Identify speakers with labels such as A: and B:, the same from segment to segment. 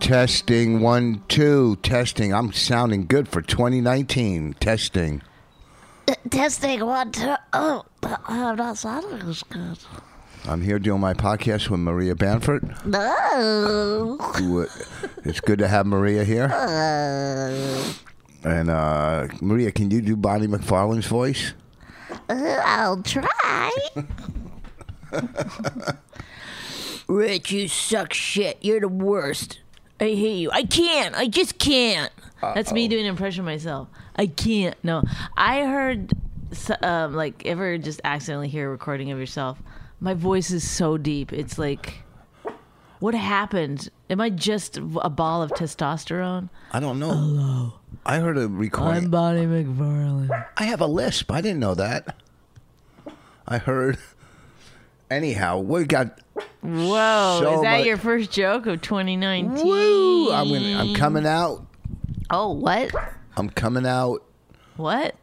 A: Testing one two testing. I'm sounding good for 2019. Testing.
B: Testing one, two. Oh, I'm not sounding as good.
A: I'm here doing my podcast with Maria Banford.
B: No.
A: who, uh, It's good to have Maria here.
B: Uh,
A: And uh, Maria, can you do Bonnie McFarlane's voice?
B: I'll try.
C: Rich, you suck shit. You're the worst. I hate you. I can't. I just can't. That's me doing an impression of myself. I can't. No, I heard s- um, like ever just accidentally hear a recording of yourself. My voice is so deep. It's like, what happened? Am I just a ball of testosterone?
A: I don't know. Hello. I heard a recording.
C: I'm Bonnie McFarlane.
A: I have a lisp. I didn't know that. I heard. Anyhow, we got.
C: Whoa!
A: So
C: is that
A: much-
C: your first joke of 2019?
A: Woo! I'm, gonna, I'm coming out.
C: Oh, what?
A: I'm coming out
C: What?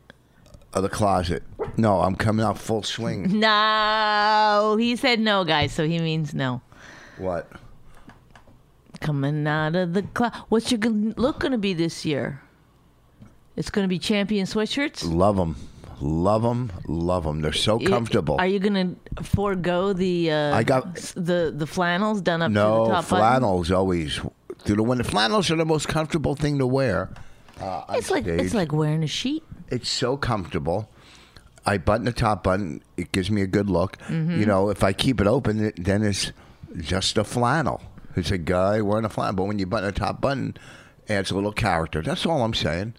A: of the closet. No, I'm coming out full swing.
C: No, he said no, guys. So he means no.
A: what?
C: Coming out of the cloud. What's your g- look going to be this year? It's going to be champion sweatshirts.
A: Love them. Love them. Love them. They're so comfortable.
C: Are you going to forego the uh,
A: I got-
C: s- the the flannels done up to the
A: no,
C: top button?
A: flannels always through the window. Flannels are the most comfortable thing to wear. Uh, on
C: It's like
A: stage.
C: it's like wearing a sheet.
A: it's so comfortable. I button the top button. It gives me a good look.
C: Mm-hmm.
A: You know, if I keep it open, it, then it's just a flannel. It's a guy wearing a flannel. But when you button the top button, adds a little character. That's all I'm saying.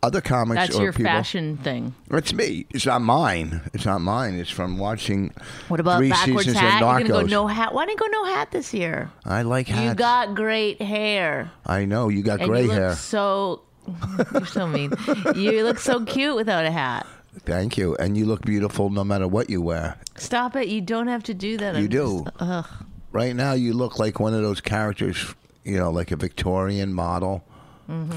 A: Other comics
C: Oh. That's
A: or
C: your
A: people.
C: fashion thing.
A: It's me. It's not mine. It's not mine. It's from watching.
C: What about
A: three
C: backwards
A: seasons
C: hat?
A: of Narcos?
C: You're going to go no hat. Why didn't you go no hat this year?
A: I like hats.
C: You got great hair.
A: I know you got
C: And
A: gray
C: you look
A: hair.
C: So you're so mean. you look so cute without a hat.
A: Thank you, and you look beautiful no matter what you wear.
C: Stop it! You don't have to do that.
A: You
C: I'm
A: do.
C: just- ugh.
A: Right now, you look like one of those characters, you know, like a Victorian model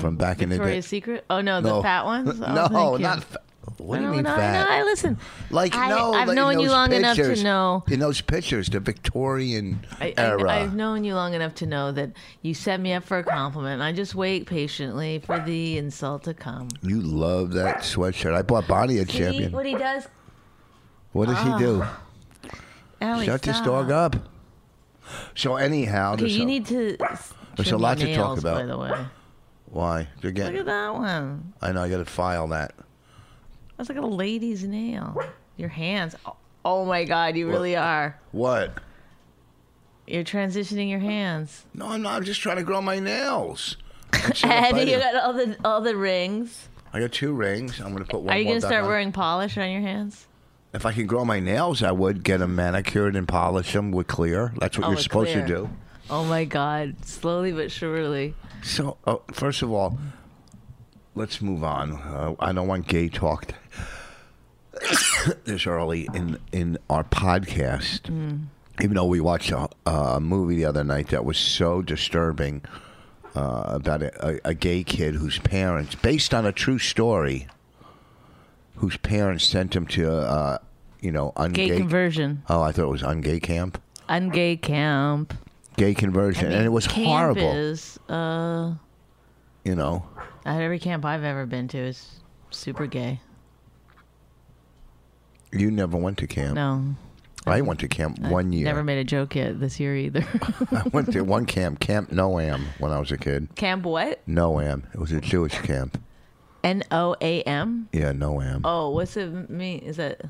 A: from back
C: Mm-hmm. Victoria's Secret. Oh no,
A: in the day.
C: the fat ones. Oh,
A: no,
C: thank you.
A: not. Fa- what do you
C: No,
A: mean
C: no,
A: fat?
C: no. Listen,
A: Like
C: I,
A: no,
C: I've
A: like, in
C: known you
A: those
C: long enough
A: pictures,
C: to know.
A: in those pictures, the Victorian
C: I,
A: era.
C: I, have known you long enough to know that you set me up for a compliment. and I just wait patiently for the insult to come.
A: you love that sweatshirt. I bought Bonnie a
C: See
A: champion.
C: what Ah. he does,
A: What does he do?
C: Allie,
A: Shut this
C: stop.
A: dog up. So anyhow,
C: Oh, Okay,
A: there's
C: you
A: a-
C: need to. s-
A: There's a
C: trim
A: lot
C: your
A: to talk
C: nails,
A: about.
C: By the way,
A: why they're
C: look
A: getting.
C: at that one.
A: I know I got to file that.
C: That's like a lady's nail. Your hands. Oh, oh my God, you really are.
A: What?
C: You're transitioning your hands.
A: No, I'm not. I'm just trying to grow my nails.
C: And
A: bite
C: you
A: it.
C: got all the all the rings.
A: I got two rings. I'm gonna put one.
C: are you
A: more
C: gonna
A: back
C: start
A: on.
C: wearing polish on your hands?
A: If I could grow my nails, I would get them manicured and polish them with clear. That's what
C: Oh,
A: you're
C: with
A: supposed to
C: clear.
A: do.
C: Oh my God! Slowly but surely.
A: So, uh, first of all, let's move on. Uh, I don't want gay talk this early in in our podcast.
C: Mm.
A: Even though we watched a, a movie the other night that was so disturbing uh, about a, a, a gay kid whose parents, based on a true story, whose parents sent him to, uh, you know,
C: Gay
A: ungay.
C: conversion.
A: oh, I thought it was ungay camp,
C: Ungay camp.
A: gay conversion, and it was
C: camp
A: horrible.
C: Is, uh,
A: you know,
C: at every camp I've ever been to is super gay.
A: you never went to camp.
C: No,
A: I went to camp one year.
C: never made a joke yet this year either.
A: I went to one camp, Camp Noam, when I was a kid.
C: camp what?
A: Noam. It was a Jewish camp.
C: N O A M.
A: Yeah, Noam.
C: Oh, what's it Oh, mean? Is that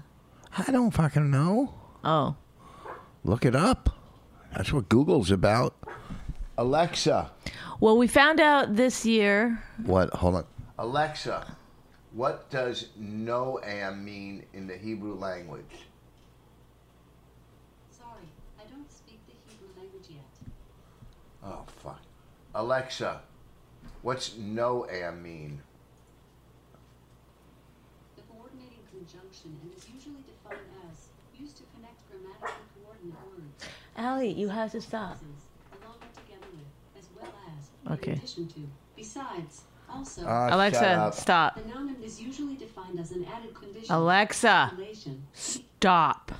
A: I don't fucking know.
C: Oh.
A: Look it up. That's what Google's about. Alexa,
C: Well, we found out this year.
A: what? Hold on. Alexa, what does Noam mean in the Hebrew language?
D: Sorry, I don't speak the Hebrew language yet.
A: Oh fuck. Alexa, what's Noam mean?
D: The coordinating conjunction and is usually defined as used to connect grammatical coordinate words
C: Allie, you have to stop.
D: along or together with, as well as, in
C: Ah. Okay.
D: addition to, besides, also.
A: Ah, shut
C: Alexa,
A: up.
C: stop.
D: the noun is usually defined as an added condition.
C: Alexa,
D: Relation.
C: stop.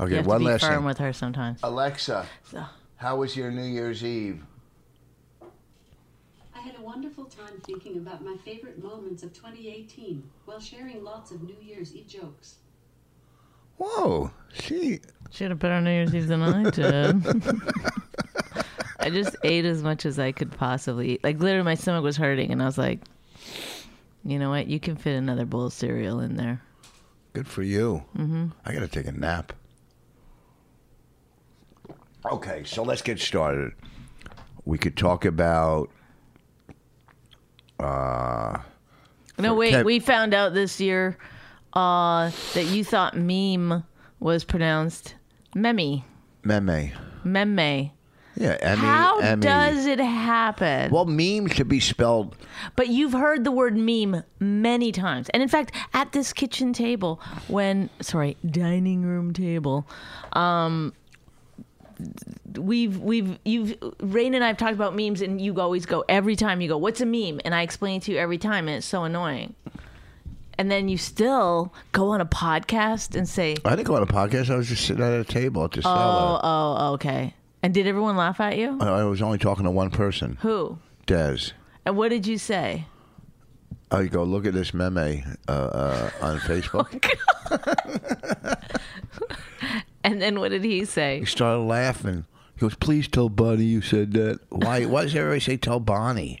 A: Okay,
C: You have
A: one
C: to be
A: last
C: firm
A: thing. Uh,
C: with her sometimes.
A: Alexa,
C: So,
A: how was your New Year's Eve?
D: I had a wonderful time thinking about my favorite moments of 2018 while sharing lots of New Year's Eve jokes.
A: Whoa, she.
C: should have put on New Year's Eve than I did. I just ate as much as I could possibly eat. Like literally, my stomach was hurting, and I was like, "You know what? You can fit another bowl of cereal in there."
A: Good for you. Mm-hmm. I gotta take a nap. Okay, so let's get started. We could talk about. Uh,
C: No, wait.
A: Kev-
C: We found out this year uh, that you thought meme was pronounced meme,
A: meme.
C: meme.
A: Yeah, Emmy.
C: How
A: Emmy.
C: does it happen?
A: Well, meme should be spelled.
C: But you've heard the word meme many times. And in fact, at this kitchen table, when, sorry, dining room table, um, we've, we've, you've, Rain and I have talked about memes, and you always go, every time you go, what's a meme? And I explain it to you every time, and it's so annoying. And then you still go on a podcast and say,
A: I didn't go on a podcast. I was just sitting at a table at the
C: oh,
A: cellar.
C: oh, okay. And did everyone laugh at you?
A: I I was only talking to one person,
C: Who?
A: Des.
C: And what did you say?
A: I go look at this meme uh, uh, on Facebook. Oh,
C: And then what did he say?
A: He started laughing. He goes, "Please tell Bonnie you said that." Why? Why does everybody say tell Bonnie?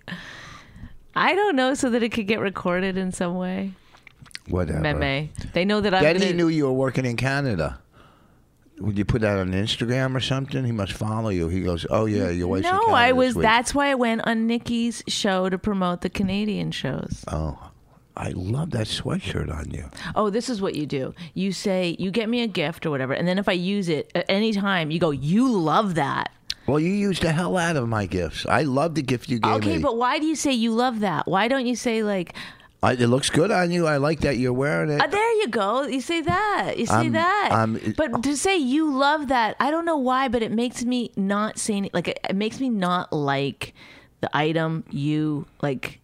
C: I don't know, so that it could get recorded in some way.
A: Whatever.
C: Meme. They know that I'm.
A: Then
C: gonna-
A: he knew you were working in Canada. Would you put that on Instagram or something? He must follow you. He goes, "Oh yeah, your wife's in
C: no,
A: Canada
C: I
A: this
C: was.
A: week."
C: That's why I went on Nikki's show to promote the Canadian shows.
A: Oh, I love that sweatshirt on you.
C: Oh, this is what you do. You say you get me a gift or whatever, and then if I use it at any time, you go, "You love that."
A: Well, you used the hell out of my gifts. I love the gift you gave
C: okay,
A: me.
C: but why do you say you love that? Why don't you say like,
A: I, it looks good on you. I like that you're wearing it.
C: "Ah, "There you go." You say that. You say
A: I'm-
C: that.
A: I'm-
C: but to say you love that, I don't know why, but it makes me not say any, like it, it makes me not like the item. You like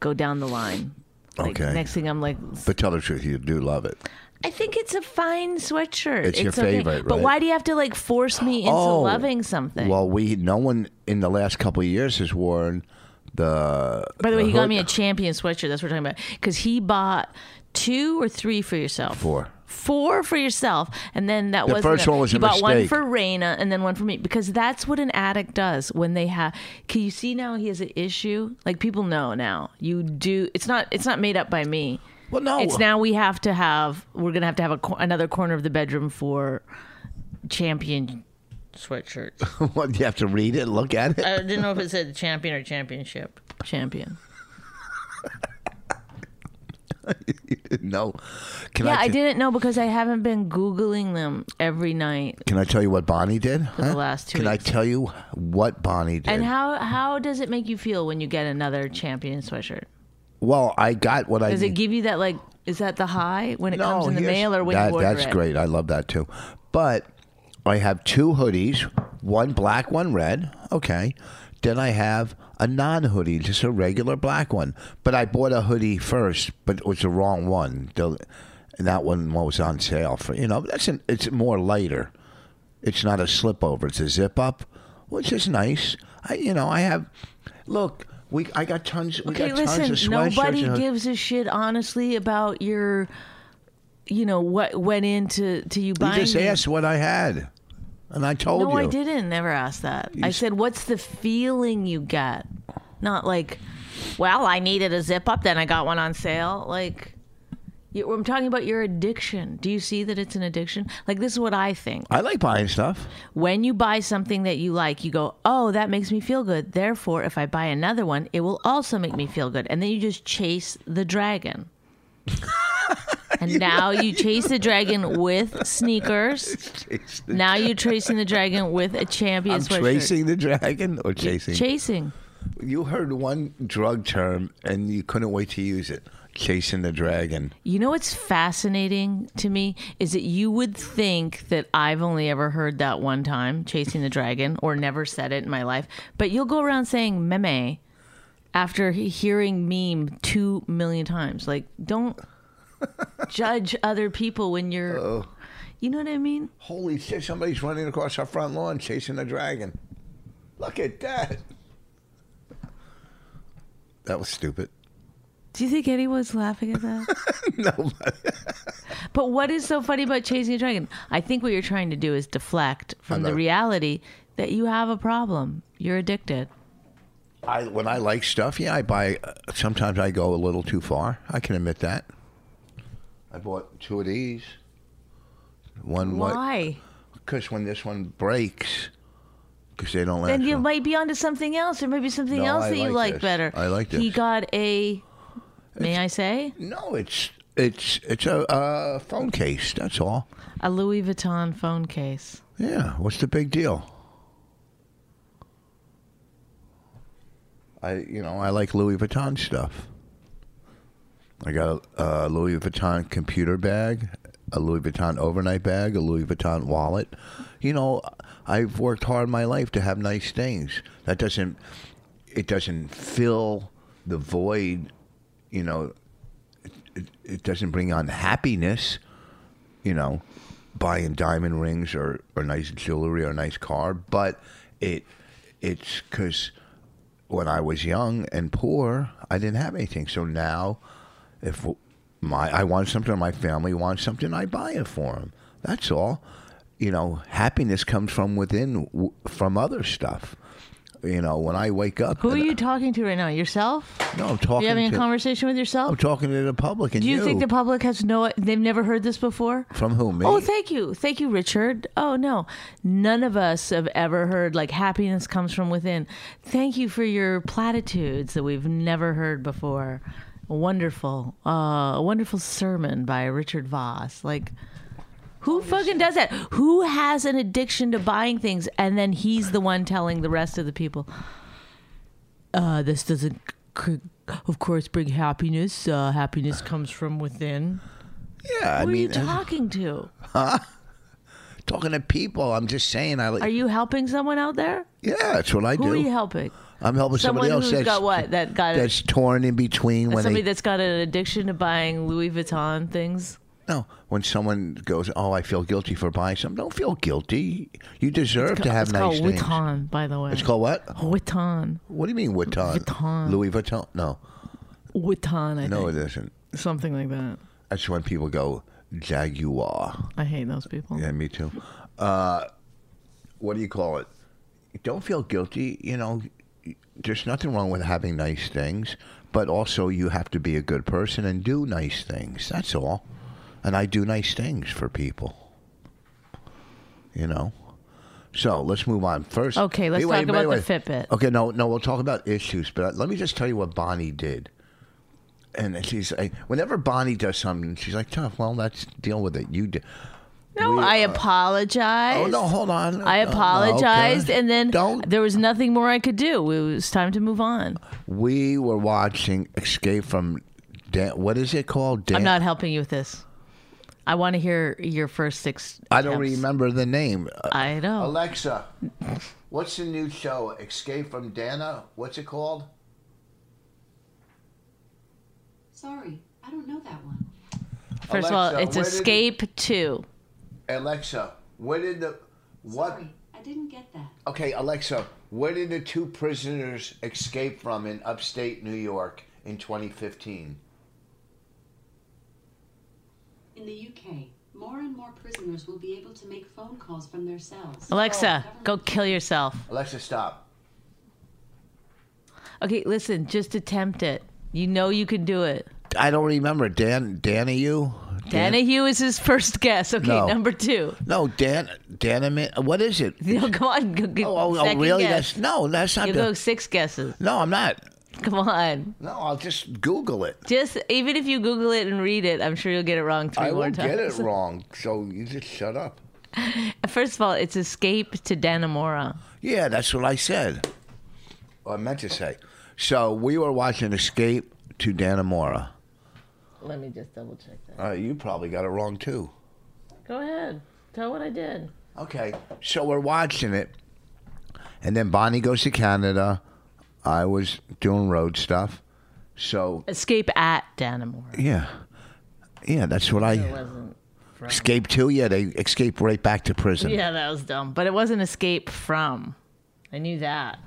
C: go down the line. Like,
A: Okay.
C: Next thing I'm like,
A: but tell the truth, you do love it.
C: I think it's a fine sweatshirt.
A: It's your
C: okay.
A: favorite,
C: But
A: right?
C: why do you have to like force me into
A: Oh.
C: loving something?
A: Well, we no one in the last couple of years has worn the.
C: By the way, he got
A: hood-
C: me a champion sweatshirt. That's what we're talking about. Because he bought two or three for yourself.
A: Four.
C: Four for yourself, and then that
A: The
C: was
A: first one was
C: you
A: a
C: bought one
A: mistake.
C: for Raina and then one for me because that's what an addict does when they have. Can you see now he has an issue? Like people know now. You do. It's not. It's not made up by me.
A: Well, no.
C: It's now we have to have. We're gonna have to have a, cor- another corner of the bedroom for champion sweatshirt.
A: What, you have to read it, look at it.
C: I didn't know if it said champion or championship. Champion.
A: no. Can
C: Yeah,
A: I,
C: I
A: t-
C: didn't know because I haven't been googling them every night.
A: Can I tell you what Bonnie did?
C: the
A: huh?
C: last two
A: Can
C: weeks.
A: I tell you what Bonnie did?
C: And how how does it make you feel when you get another champion sweatshirt?
A: well, I got what I.
C: Does it
A: need-
C: give you that like is that the high when it comes in the
A: here's-
C: mail or when
A: that,
C: you order
A: That's
C: it?
A: great. I love that too. But I have two hoodies, one black, one red. Okay. Then I have a non hoodie, just a regular black one. But I bought a hoodie first, but it was the wrong one. The, and that one was on sale for you know, that's an, it's more lighter. It's not a slip over, it's a zip up, which is nice. I you know, I have look, we I got tons we
C: Okay,
A: got tons
C: listen,
A: of sweatshirts.
C: nobody
A: and hood-
C: gives a shit honestly about your you know what went into to you
A: you
C: buying
A: just
C: these.
A: asked what I had. And I told
C: No,
A: you.
C: I didn't. Never ask that. I said, "What's the feeling you get?" Not like, "Well, I needed a zip up, then I got one on sale." Like, You, I'm talking about your addiction. Do you see that it's an addiction? Like this is what I think.
A: I like buying stuff.
C: When you buy something that you like, you go, "Oh, that makes me feel good." Therefore, if I buy another one, it will also make me feel good. And then you just chase the dragon. And now you chase the dragon with sneakers. Now you're chasing the dragon with a champion
A: I'm
C: sweatshirt.
A: chasing the dragon or chasing?
C: Chasing.
A: you heard one drug term and you couldn't wait to use it. Chasing the dragon.
C: You know what's fascinating to me is that you would think that I've only ever heard that one time, chasing the dragon, or never said it in my life. But you'll go around saying meme after he- hearing meme two million times. Like, don't judge other people when you're. You know what I mean?
A: Holy shit! Somebody's running across our front lawn chasing a dragon. Look at that. That was stupid.
C: Do you think anyone's laughing at that?
A: No,
C: But what is so funny about chasing a dragon? I think what you're trying to do is deflect from the
A: know.
C: reality that you have a problem. You're addicted.
A: I when I like stuff, yeah, I buy. Uh, sometimes I go a little too far. I can admit that. I bought two of these. One what?
C: Why?
A: Because when this one breaks, because they don't last.
C: Then you
A: long.
C: might be onto something else. There might be something
A: No,
C: else
A: I
C: that you
A: like
C: like
A: this.
C: better.
A: I like
C: He
A: this.
C: got a. May I say
A: no, it's it's it's a uh, phone case. That's all.
C: a Louis Vuitton phone case?
A: Yeah. What's the big deal? I you know I like Louis Vuitton stuff. I got a, a Louis Vuitton computer bag, a Louis Vuitton overnight bag, a Louis Vuitton wallet. You know, I've worked hard in my life to have nice things. That doesn't it doesn't fill the void. You know, it, it, it doesn't bring on happiness. You know, buying diamond rings or or nice jewelry or a nice car, but it it's because when I was young and poor, I didn't have anything. So now, if my I want something or my family wants something, I buy it for them. That's all. You know, happiness comes from within, w- from other stuff. You know, when I wake up,
C: Who are
A: and-
C: you talking to right now? Yourself?
A: No, I'm talking.
C: you having
A: to,
C: a conversation with yourself?
A: I'm talking to the public. And
C: Do you, think the public has no? They've never heard this before.
A: from who? Me?
C: Oh, thank you, thank you, Richard. Oh no, none of us have ever heard like happiness comes from within. Thank you for your platitudes that we've never heard before. Wonderful, uh, a wonderful sermon by Richard Voss. Like, who fucking does that? Who has an addiction to buying things and then he's the one telling the rest of the people, uh, "This doesn't." c- Of course, bring happiness. Uh, happiness comes from within.
A: yeah, I
C: Who are you
A: mean,
C: talking to?
A: talking to people. I'm just saying. I
C: Are
A: like.
C: you helping someone out there?
A: Yeah, that's what I
C: Who
A: do.
C: are you helping?
A: I'm helping
C: Someone
A: somebody else.
C: who's
A: that's,
C: got what? That got a-
A: that's torn in between when
C: Somebody
A: they
C: that's got an addiction to buying Louis Vuitton things.
A: No, when someone goes, "Oh, I feel guilty for buying some," don't feel guilty. You deserve to have
C: it's
A: nice
C: called
A: things.
C: Vuitton, by the way.
A: It's called what?
C: Vuitton.
A: What do you mean Vuitton?
C: Vuitton.
A: Louis Vuitton? No,
C: Vuitton. I
A: no,
C: think.
A: it isn't.
C: something like that.
A: That's when people go Jaguar.
C: I hate those people.
A: Yeah, me too. Uh, what do you call it? Don't feel guilty. You know, there's nothing wrong with having nice things, but also you have to be a good person and do nice things. That's all. And I do nice things for people. You know. So let's move on. First,
C: Okay, let's
A: Hey,
C: talk about the Fitbit.
A: Okay, no, no, we'll talk about issues, but let me just tell you what Bonnie did. And she's like, whenever Bonnie does something, she's like, "Tough, well, let's deal with it." You do.
C: No,
A: We- uh,
C: I apologized.
A: Oh no, hold on.
C: I
A: Uh, okay.
C: apologized, and then
A: don't.
C: there was nothing more I could do. It was time to move on.
A: We were watching Escape from. Dan- what is it called? Dan-
C: I'm not helping you with this. I want to hear your first six.
A: I don't
C: attempts.
A: remember the name. Uh,
C: I know.
A: Alexa, what's the new show? Escape from Dana. What's it called?
D: Sorry, I don't know that one.
C: First of all,
A: Alexa,
C: it's
A: where did it-
C: Escape Two.
A: Alexa, where did the what?
D: Sorry, I didn't get that.
A: Okay, Alexa, where did the two prisoners escape from in upstate New York in 2015?
D: In the UK, more and more prisoners will be able to make phone calls from their cells.
C: Alexa,
D: Oh,
C: go
D: government-
C: kill yourself.
A: Alexa, stop.
C: Okay, listen, just attempt it. You know you can do it.
A: I don't remember Dan Danahue. Dan-
C: Danahue is his first guess. Okay,
A: No.
C: number two.
A: No, Dan Danaman. What is it?
C: No, come on. Go, go,
A: Oh, oh, oh
C: second
A: really?
C: Guess.
A: That's no. That's not.
C: You
A: the-
C: go six guesses.
A: no, I'm not.
C: Come on.
A: No, I'll just Google it.
C: Just even if you Google it and read it, I'm sure you'll get it wrong three
A: I
C: more
A: will
C: times.
A: get it wrong. So you just shut up.
C: First of all, it's Escape to Danamora.
A: Yeah, that's what I said. Or I meant to say. So we were watching Escape to Danamora.
C: Let me just double check that.
A: Uh, you probably got it wrong too.
C: Go ahead. Tell what I did.
A: Okay, so we're watching it, and then Bonnie goes to Canada. I was doing road stuff, so
C: Escape at Danamora.
A: yeah, yeah, that's what
C: It
A: I
C: wasn't. from-
A: escape to. Yeah, they escape right back to prison.
C: Yeah, that was dumb. But it wasn't Escape from. I knew that.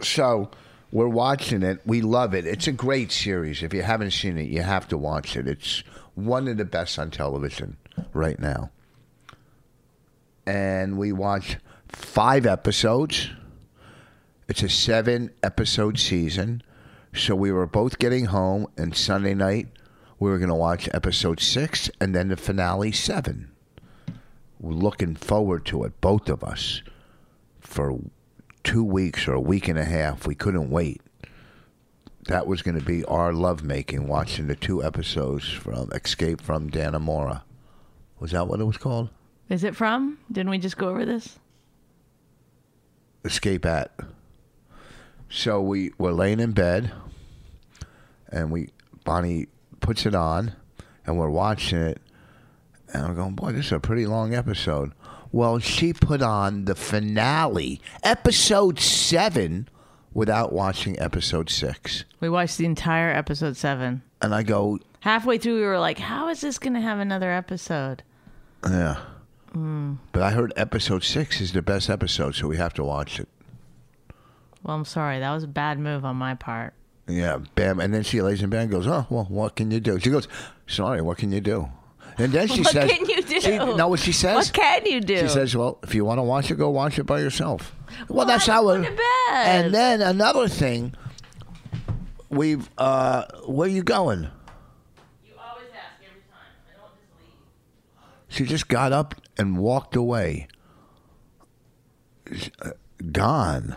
A: So we're watching it. We love it. It's a great series. If you haven't seen it, you have to watch it. It's one of the best on television right now. And we watched five episodes. It's a seven episode season. So we were both getting home, and Sunday night, we were going to watch episode six and then the finale seven. We're looking forward to it, both of us for two weeks or a week and a half. We couldn't wait. That was going to be our lovemaking, watching the two episodes from Escape from Danamora. Was that what it was called?
C: Is it from? Didn't we just go over this?
A: Escape at. So we were laying in bed, and we Bonnie puts it on, and we're watching it, and I'm going, boy, this is a pretty long episode. Well, she put on the finale, episode seven, without watching episode six,
C: We watched the entire episode seven.
A: and I go,
C: Halfway through, we were like, how is this going to have another episode?
A: yeah. But I heard episode six is the best episode, so we have to watch it.
C: Well, I'm sorry. That was a bad move on my part.
A: Yeah, bam. And then she lays in bed and goes, Oh, well, what can you do? She goes, Sorry, what can you do? And then she
C: what
A: says,
C: can you do?
A: She, know what she says?
C: What can you do?
A: She says, Well, if you want to watch it, go watch it by yourself. Well, that's
C: I'm
A: how
C: going
A: it.
C: to bed.
A: And then another thing, we've, uh, where are you going?
C: You always ask every time. I don't just leave.
A: She just got up and walked away. Sh- uh, Gone.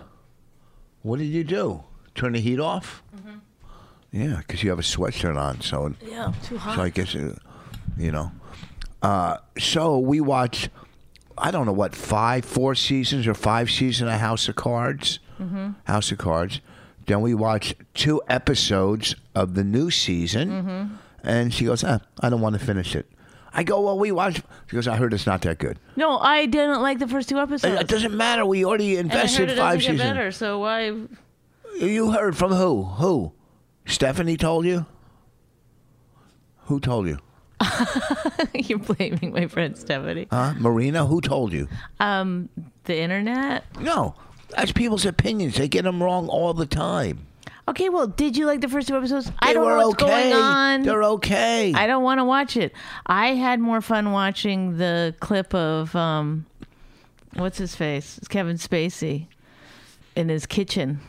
A: What did you do? Turn the heat off? Yeah, because you have a sweatshirt on, so.
C: Mm-hmm. Yeah, too hot.
A: So I guess, uh, you know. Uh, so we watched, I don't know what, five, four seasons or five season of House of Cards.
C: Mm-hmm.
A: House of Cards. Then we watched two episodes of the new season.
C: Mm-hmm.
A: And she goes, ah, I don't want to finish it. I go, well, we watched. She goes, I heard it's not that good.
C: no, I didn't like the first two
A: It,
C: episodes.
A: it doesn't matter. We already
C: and I heard
A: invested
C: it
A: five
C: doesn't get
A: seasons.
C: better, so why?
A: You heard from who? Who? Stephanie told you? Who told you?
C: You're blaming my friend Stephanie.
A: Huh? Marina, who told you?
C: Um, the internet.
A: No, that's people's opinions. They get them wrong all the time.
C: Okay, well, did you like the first two episodes? I
A: They
C: don't
A: were
C: know what's
A: okay.
C: going on.
A: They're okay.
C: I don't want to watch it. I had more fun watching the clip of um, what's his face? It's Kevin Spacey in his kitchen.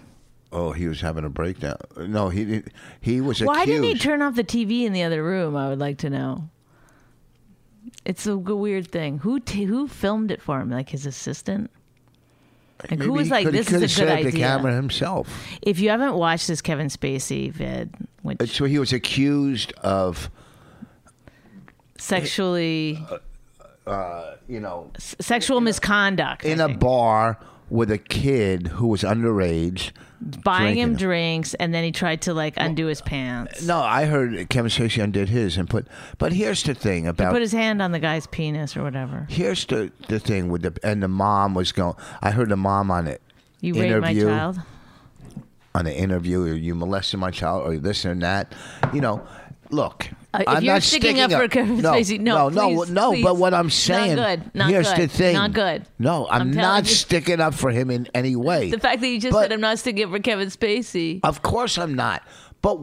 A: oh, he was having a breakdown. No, he didn't. He was
C: Why
A: accused.
C: didn't he turn off the TV in the other room? I would like to know. It's a g- weird thing. Who t- who filmed it for him? Like his assistant? Like
A: Maybe
C: who was
A: he
C: like,
A: could,
C: this
A: he could
C: is a
A: have
C: good
A: saved
C: idea?
A: the camera himself.
C: If you haven't watched this Kevin Spacey vid, which
A: So he was accused of,
C: sexually
A: you know,
C: s- sexual misconduct, I
A: in a
C: think.
A: bar with a kid who was underage.
C: buying him
A: drinking.
C: drinks, and then he tried to like undo his pants.
A: No, I heard Kevin Spacey undid his and put. But here's the thing about
C: Put his hand on the guy's penis or whatever.
A: here's the the thing with the and the mom was going. I heard the mom on it.
C: You raped my
A: Interview.
C: child.
A: on an interview or you molested my child or this and that. You know, look.
C: Uh, if
A: I'm
C: you're
A: not
C: sticking up for Kevin
A: no,
C: Spacey, no,
A: no,
C: please,
A: no,
C: please.
A: But what I'm
C: Not
A: saying,
C: good, not
A: here's the
C: good,
A: thing,
C: not good.
A: No, I'm,
C: I'm telling
A: not
C: you.
A: sticking up for him in any way.
C: The fact that you just
A: But-
C: said I'm not sticking up for Kevin Spacey.
A: of course, I'm not. But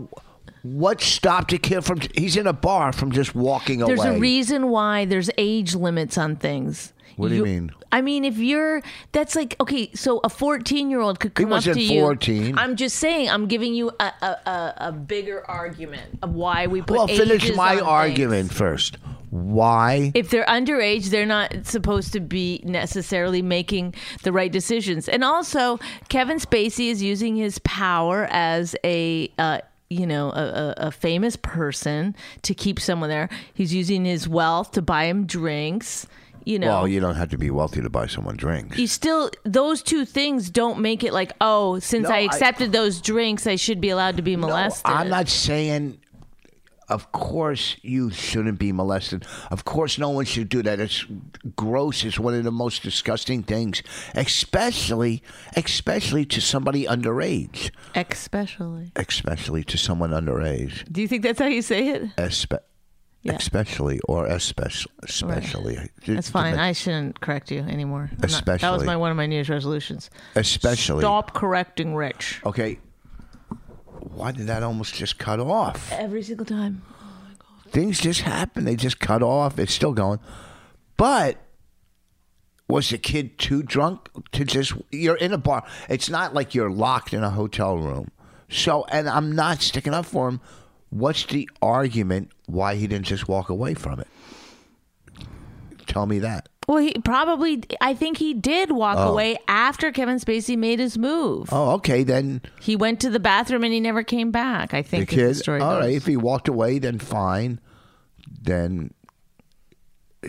A: What stopped a kid from? He's in a bar from just walking
C: There's
A: away.
C: a reason why there's age limits on things.
A: What do you mean?
C: I mean, if you're, that's like okay. So a 14 year old could come
A: wasn't
C: up to you.
A: 14.
C: I'm just saying. I'm giving you a a, a, a bigger argument of why we put.
A: well, finish
C: ages on
A: my
C: things.
A: argument first. Why?
C: If they're underage, they're not supposed to be necessarily making the right decisions. And also, Kevin Spacey is using his power as a. Uh, you know, a, a, a famous person to keep someone there. He's using his wealth to buy him drinks. You know,
A: Well, you don't have to be wealthy to buy someone drinks.
C: you still those two things don't make it like oh since
A: No,
C: i
A: I-
C: accepted those drinks i should be allowed to be molested
A: No, I'm not saying. Of course, you shouldn't be molested. Of course, no one should do that. It's gross. It's one of the most disgusting things, especially, especially to somebody underage.
C: especially
A: Especially to someone underage.
C: do you think that's how you say it
A: Espe-
C: Yeah.
A: Especially or especially, especially.
C: that's fine i shouldn't correct you anymore I'm not- that was
A: Especially.
C: my one of my new year's resolutions
A: Especially.
C: stop correcting rich
A: Okay. Why did that almost just cut off?
C: every single time
A: things just happen. They just cut off. It's still going. But was the kid too drunk to just? You're in a bar. It's not like you're locked in a hotel room. So, and I'm not sticking up for him. What's the argument why he didn't just walk away from it? Tell me that.
C: well he probably i think he did walk away after kevin spacey made his move
A: Oh, okay, then
C: he went to the bathroom and he never came back i
A: the
C: think is
A: kid.
C: the story Oh,
A: all
C: goes.
A: right, if he walked away, then fine. Then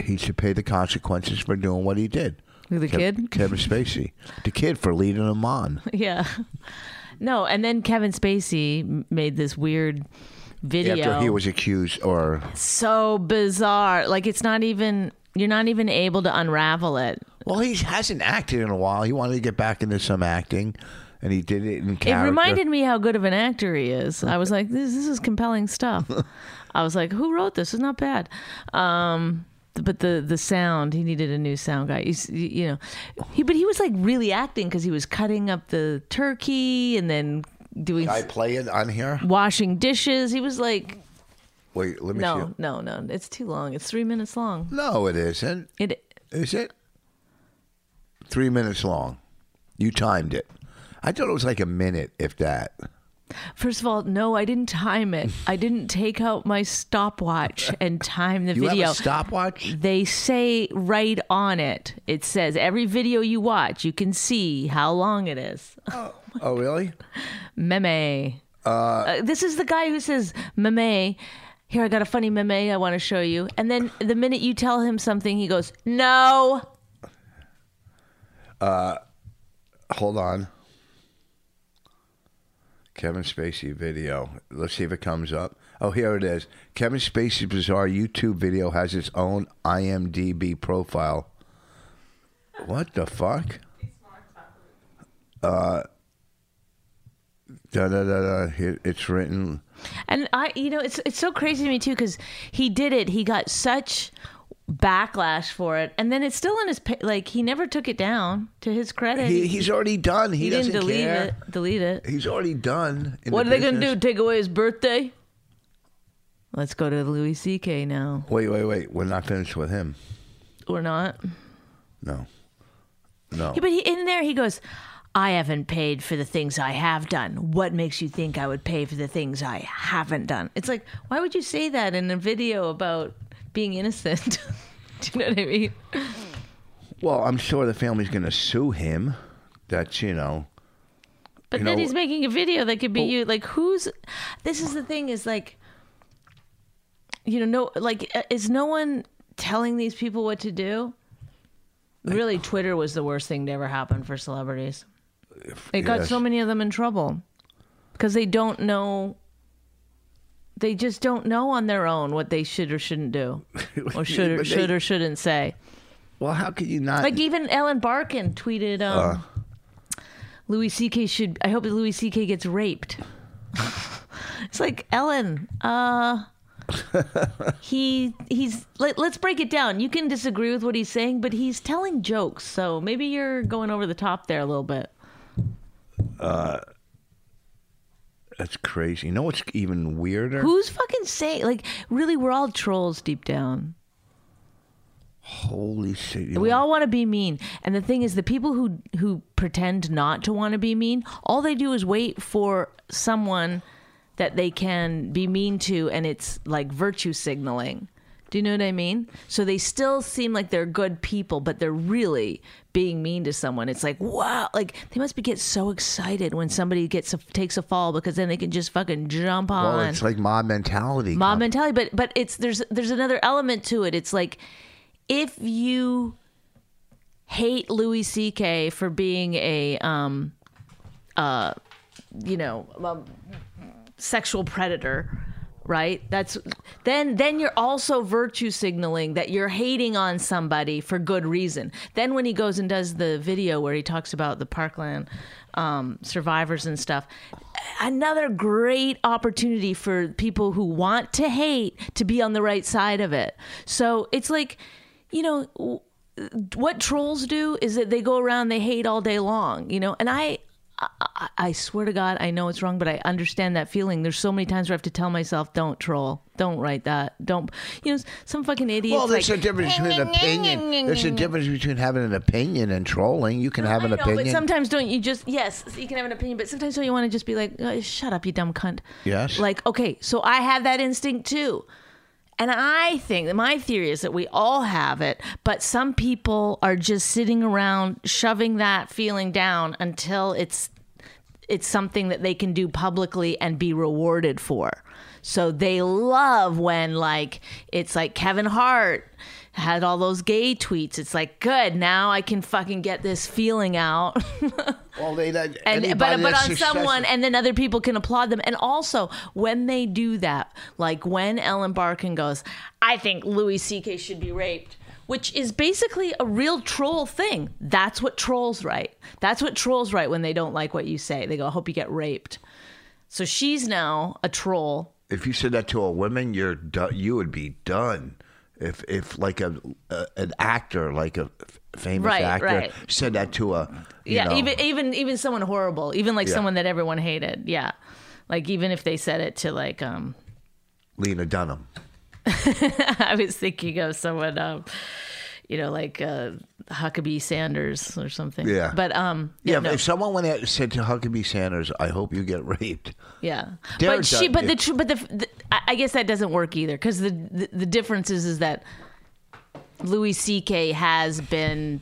A: he should pay the consequences for doing what he did.
C: Who, the
A: Kev-
C: kid?
A: Kevin Spacey, the kid for leading him on.
C: Yeah. No, and then Kevin Spacey m- made this weird video.
A: After he was accused, or
C: so bizarre. Like it's not even you're not even able to unravel it.
A: well, he hasn't acted in a while. He wanted to get back into some acting, and he did it in character.
C: It reminded me how good of an actor he is. I was like, this this is compelling stuff. I was like, who wrote this? It's not bad. Um th- but the the sound he needed a new sound guy. He's, y- you know, he but he was like really acting because he was cutting up the turkey and then doing
A: I play it on here.
C: washing dishes. He was like
A: Wait, let me
C: No,
A: see.
C: no, no. It's too long. It's three minutes long.
A: No, it isn't.
C: It.
A: Is it? Three minutes long. You timed it. I thought it was like a minute, if that.
C: First of all, no, I didn't time it. I didn't take out my stopwatch and time the
A: You
C: video.
A: have a stopwatch?
C: they say right on it. It says every video you watch, you can see how long it is.
A: Oh, really?
C: Meme. Uh, this is the guy who says meme. Here, I got a funny meme I want to show you. And then the minute you tell him something, he goes, "No."
A: Hold on. Kevin Spacey video. Let's see if it comes up. Oh, here it is. Kevin Spacey's bizarre YouTube video has its own IMDb profile. What the fuck? Uh, da da da da. Here- It's written.
C: And I, you know, it's it's so crazy to me too because he did it. He got such backlash for it, and then it's still in his pa- like he never took it down. To his credit,
A: He, he's already done. He,
C: he
A: doesn't
C: didn't delete
A: care.
C: it. Delete it.
A: He's already done. in
C: what are
A: the
C: they gonna
A: business.
C: do? Take away his birthday? Let's go to Louis C.K. now
A: Wait, wait, wait. We're not finished with him.
C: or not?
A: No. No.
C: Yeah, but he, in there he goes. I haven't paid for the things I have done. What makes you think I would pay for the things I haven't done? It's like, why would you say that in a video about being innocent? Do you know what I mean?
A: Well, I'm sure the family's going to sue him. That's, you know,
C: But
A: you
C: then
A: know-
C: he's making a video that could be you. Like, who's? This is the thing. Is like, you know, no, like, uh, is no one telling these people what to do? Really, Twitter was the worst thing to ever happen for celebrities. It got
A: yes.
C: so many of them in trouble because they don't know. They just don't know on their own what they should or shouldn't do, or should or
A: But they-
C: should or shouldn't say.
A: well, how could you not?
C: Like even Ellen Barkin tweeted, um, Louis C.K. should. I hope that Louis C.K. gets raped. it's like Ellen. Uh, he he's. Let, let's break it down. You can disagree with what he's saying, but he's telling jokes. So maybe you're going over the top there a little bit.
A: That's crazy. You know what's even weirder?
C: Who's fucking saying? Like, really, we're all trolls deep down.
A: Holy shit! you
C: We
A: know-
C: all want to be mean, and the thing is, the people who who pretend not to want to be mean, all they do is wait for someone that they can be mean to, and it's like virtue signaling. Do you know what I mean? So they still seem like they're good people, but they're really being mean to someone. It's like wow, like they must be get so excited when somebody gets a, takes a fall because then they can just fucking jump on.
A: Well, it's like mob mentality.
C: mob
A: Come-
C: mentality but but it's there's there's another element to it it's like if you hate louis ck for being a um uh you know um, sexual predator right that's then then you're also virtue signaling that you're hating on somebody for good reason then when he goes and does the video where he talks about the parkland um, survivors and stuff another great opportunity for people who want to hate to be on the right side of it so it's like you know w- what trolls do is that they go around they hate all day long you know and i I, I swear to God, I know it's wrong, but I understand that feeling. There's so many times where I have to tell myself, "Don't troll, don't write that, don't." You know, some fucking idiot.
A: Well, there's a difference between opinion. There's a difference between having an opinion and trolling. You can have an
C: I know,
A: opinion.
C: But sometimes don't you just yes, you can have an opinion, but sometimes don't you want to just be like, "Uh, shut up, you dumb cunt.
A: Yes.
C: Like, okay, so I have that instinct too. And I think that my theory is that we all have it, but some people are just sitting around shoving that feeling down until it's it's something that they can do publicly and be rewarded for. So they love when like it's like Kevin Hart had all those gay tweets. It's like good now I can fucking get this feeling out.
A: well, they, that,
C: and but
A: anybody
C: but
A: that's
C: on someone
A: successful-
C: and then other people can applaud them and also when they do that like when ellen barkin goes i think louis ck should be raped which is basically a real troll thing that's what trolls write that's what trolls write when they don't like what you say they go i hope you get raped so she's now a troll
A: if you said that to a woman, you're do- you would be done. If if like a, a an actor, like a f- famous
C: Right,
A: actor,
C: right.
A: said that to a you
C: yeah
A: know,
C: even even even someone horrible even like
A: Yeah.
C: someone that everyone hated yeah like even if they said it to like um
A: Lena Dunham.
C: I was thinking of someone, um, you know, like uh, Huckabee Sanders or something.
A: Yeah.
C: But um,
A: Yeah,
C: yeah,
A: if-
C: no,
A: if someone went out and said to Huckabee Sanders, "I hope you get raped,"
C: yeah.
A: They're
C: But she,
A: done-
C: but
A: yeah.
C: the, tr- but the, the, I I guess that doesn't work either because the, the the difference is is that Louis C.K. has been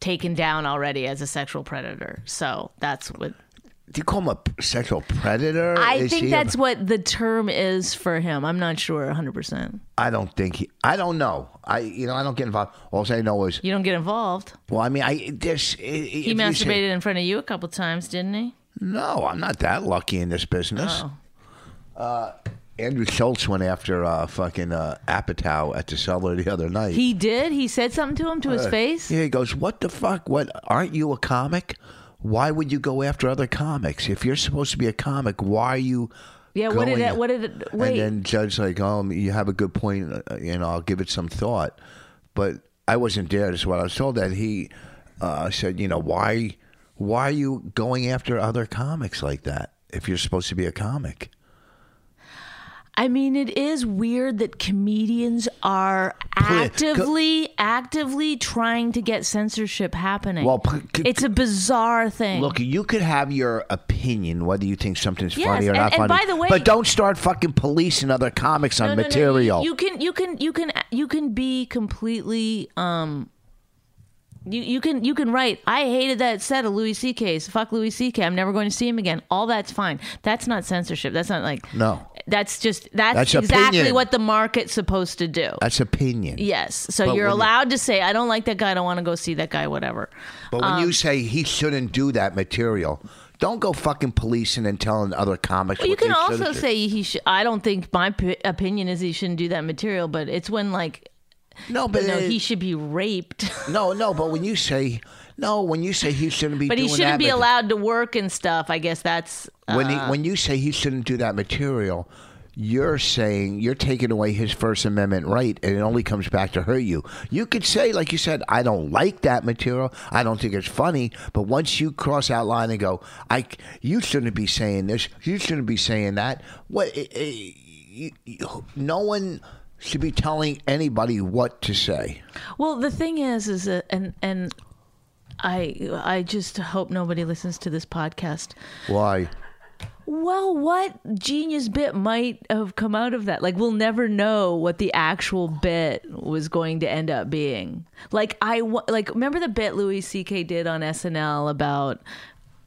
C: taken down already as a sexual predator, so that's what
A: do you call him a p- sexual predator?
C: I
A: Is
C: think
A: he a-
C: that's what the term is for him. I'm not sure 100. percent
A: I don't think he. I don't know. I you know I don't get involved. All I know is
C: You don't get involved.
A: well. I mean, I this.
C: He masturbated in front of you a couple times, didn't he?
A: No, I'm not that lucky in this business.
C: Oh.
A: Uh, Andrew Schultz went after uh, fucking uh, Apatow at the cellar the other night.
C: He did. He said something to him to his face.
A: Uh, yeah, he goes, "What the fuck? What? Aren't you a comic? Why would you go after other comics? If you're supposed to be a comic, why are you?"
C: Yeah, what did
A: going-
C: that- what did it-
A: And
C: wait.
A: then Judge like, "Oh, you have a good point, uh, you know, I'll give it some thought." But I wasn't there. That's what I was told. That he uh, said, "You know, why, why are you going after other comics like that? If you're supposed to be a comic."
C: I mean, it is weird that comedians are actively, actively trying to get censorship happening.
A: Well, p- c-
C: it's a bizarre thing.
A: Look, you could have your opinion whether you think something's
C: Yes,
A: funny or
C: and-
A: not
C: and
A: funny.
C: by the way-
A: but don't start fucking policing other comics on
C: No, no, no,
A: material.
C: you, you can, you can, you can, you can be completely. um you, you can you can write. I hated that set of Louis C.K.'s. Fuck Louis C.K. I'm never going to see him again. All that's fine. That's not censorship. That's not like
A: No.
C: That's just that's,
A: That's
C: exactly
A: opinion.
C: what the market's supposed to do.
A: That's opinion.
C: Yes. So
A: But
C: you're
A: when you-
C: allowed to say, I don't like that guy. I don't want to go see that guy, whatever.
A: But when
C: um,
A: you say he shouldn't do that material, don't go fucking policing and telling other comics.
C: But you
A: what
C: can
A: they should
C: also
A: do.
C: say he should. I don't think my p- opinion is he shouldn't do that material, but it's when, like,
A: no, but
C: no,
A: it-
C: he should be raped,
A: no, no. But when you say no, when you say he shouldn't be,
C: but he
A: doing
C: shouldn't
A: that
C: be
A: mater-
C: allowed to work and stuff. I guess that's. uh,
A: When he, when you say he shouldn't do that material, you're saying you're taking away his First Amendment right, and it only comes back to hurt you. You could say, like you said, I don't like that material. I don't think it's funny. But once you cross that line and go, I, you shouldn't be saying this. You shouldn't be saying that. What? eh, eh, you, you, no one should be telling anybody what to say.
C: Well, the thing is, is that, and and I I just hope nobody listens to this podcast.
A: Why?
C: Well, what genius bit might have come out of that? Like, we'll never know what the actual bit was going to end up being. Like, I wa- like remember the bit Louis C.K. did on SNL about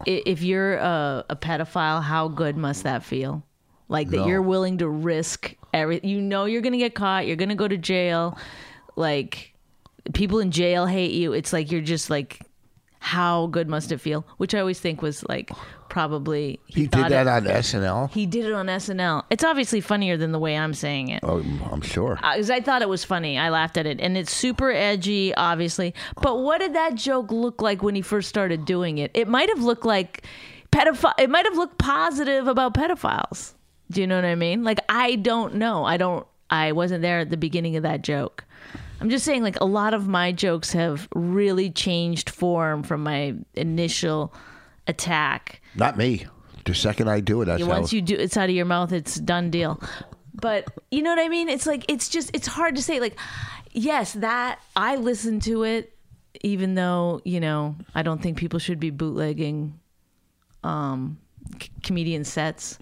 C: i- if you're a, a pedophile, how good must that feel? Like that you're willing to risk every. You know you're going to get caught. You're going to go to jail. Like people in jail hate you. It's like you're just like. How good must it feel? Which I always think was like probably
A: He,
C: thought
A: did that
C: it-
A: on SNL.
C: he did it on SNL. It's obviously funnier than the way I'm saying it.
A: Oh, I'm sure.
C: Because I thought it was funny. I laughed at it. And it's super edgy, obviously. But what did that joke look like when he first started doing it? It might have looked like pedophile. It might have looked positive about pedophiles. Do you know what I mean? Like, I don't know. I don't, I wasn't there at the beginning of that joke. I'm just saying, like, a lot of my jokes have really changed form from my initial attack.
A: Not me. The second I do it, that's
C: Yeah,
A: how.
C: once you do it's out of your mouth it's done deal but you know what i mean it's like it's just it's hard to say like yes that i listen to it even though you know i don't think people should be bootlegging um c- comedian sets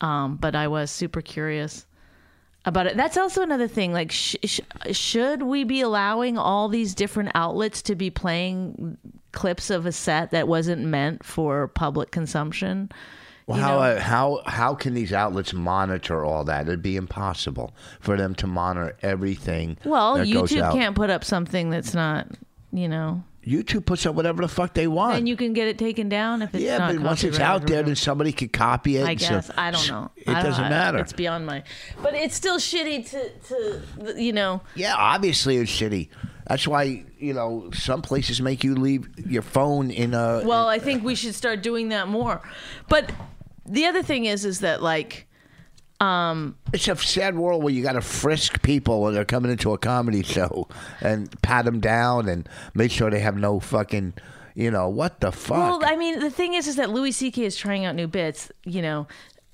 C: um but i was super curious about it that's also another thing like sh- sh- should we be allowing all these different outlets to be playing clips of a set that wasn't meant for public consumption
A: Well,
C: you
A: how,
C: know-
A: uh, how how can these outlets monitor all that? It'd be impossible for them to monitor everything.
C: Well,
A: that goes
C: YouTube
A: out.
C: can't put up something that's not, you know,
A: YouTube puts up whatever the fuck they want.
C: and you can get it taken down if it's
A: yeah,
C: not.
A: but once it's
C: copyrighted
A: out
C: or
A: there, then
C: whatever.
A: somebody could copy it.
C: I
A: and so-
C: guess I don't know.
A: It
C: I don't-
A: doesn't
C: I-
A: matter.
C: It's beyond my, but it's still shitty to to you know.
A: yeah, obviously it's shitty. That's why you know some places make you leave your phone in a.
C: Well, I think we should start doing that more. But the other thing is, is that like, um,
A: it's a sad world where you got to frisk people when they're coming into a comedy show and pat them down and make sure they have no fucking. You know what the fuck?
C: Well, I mean, the thing is, is that Louis C.K. is trying out new bits. You know,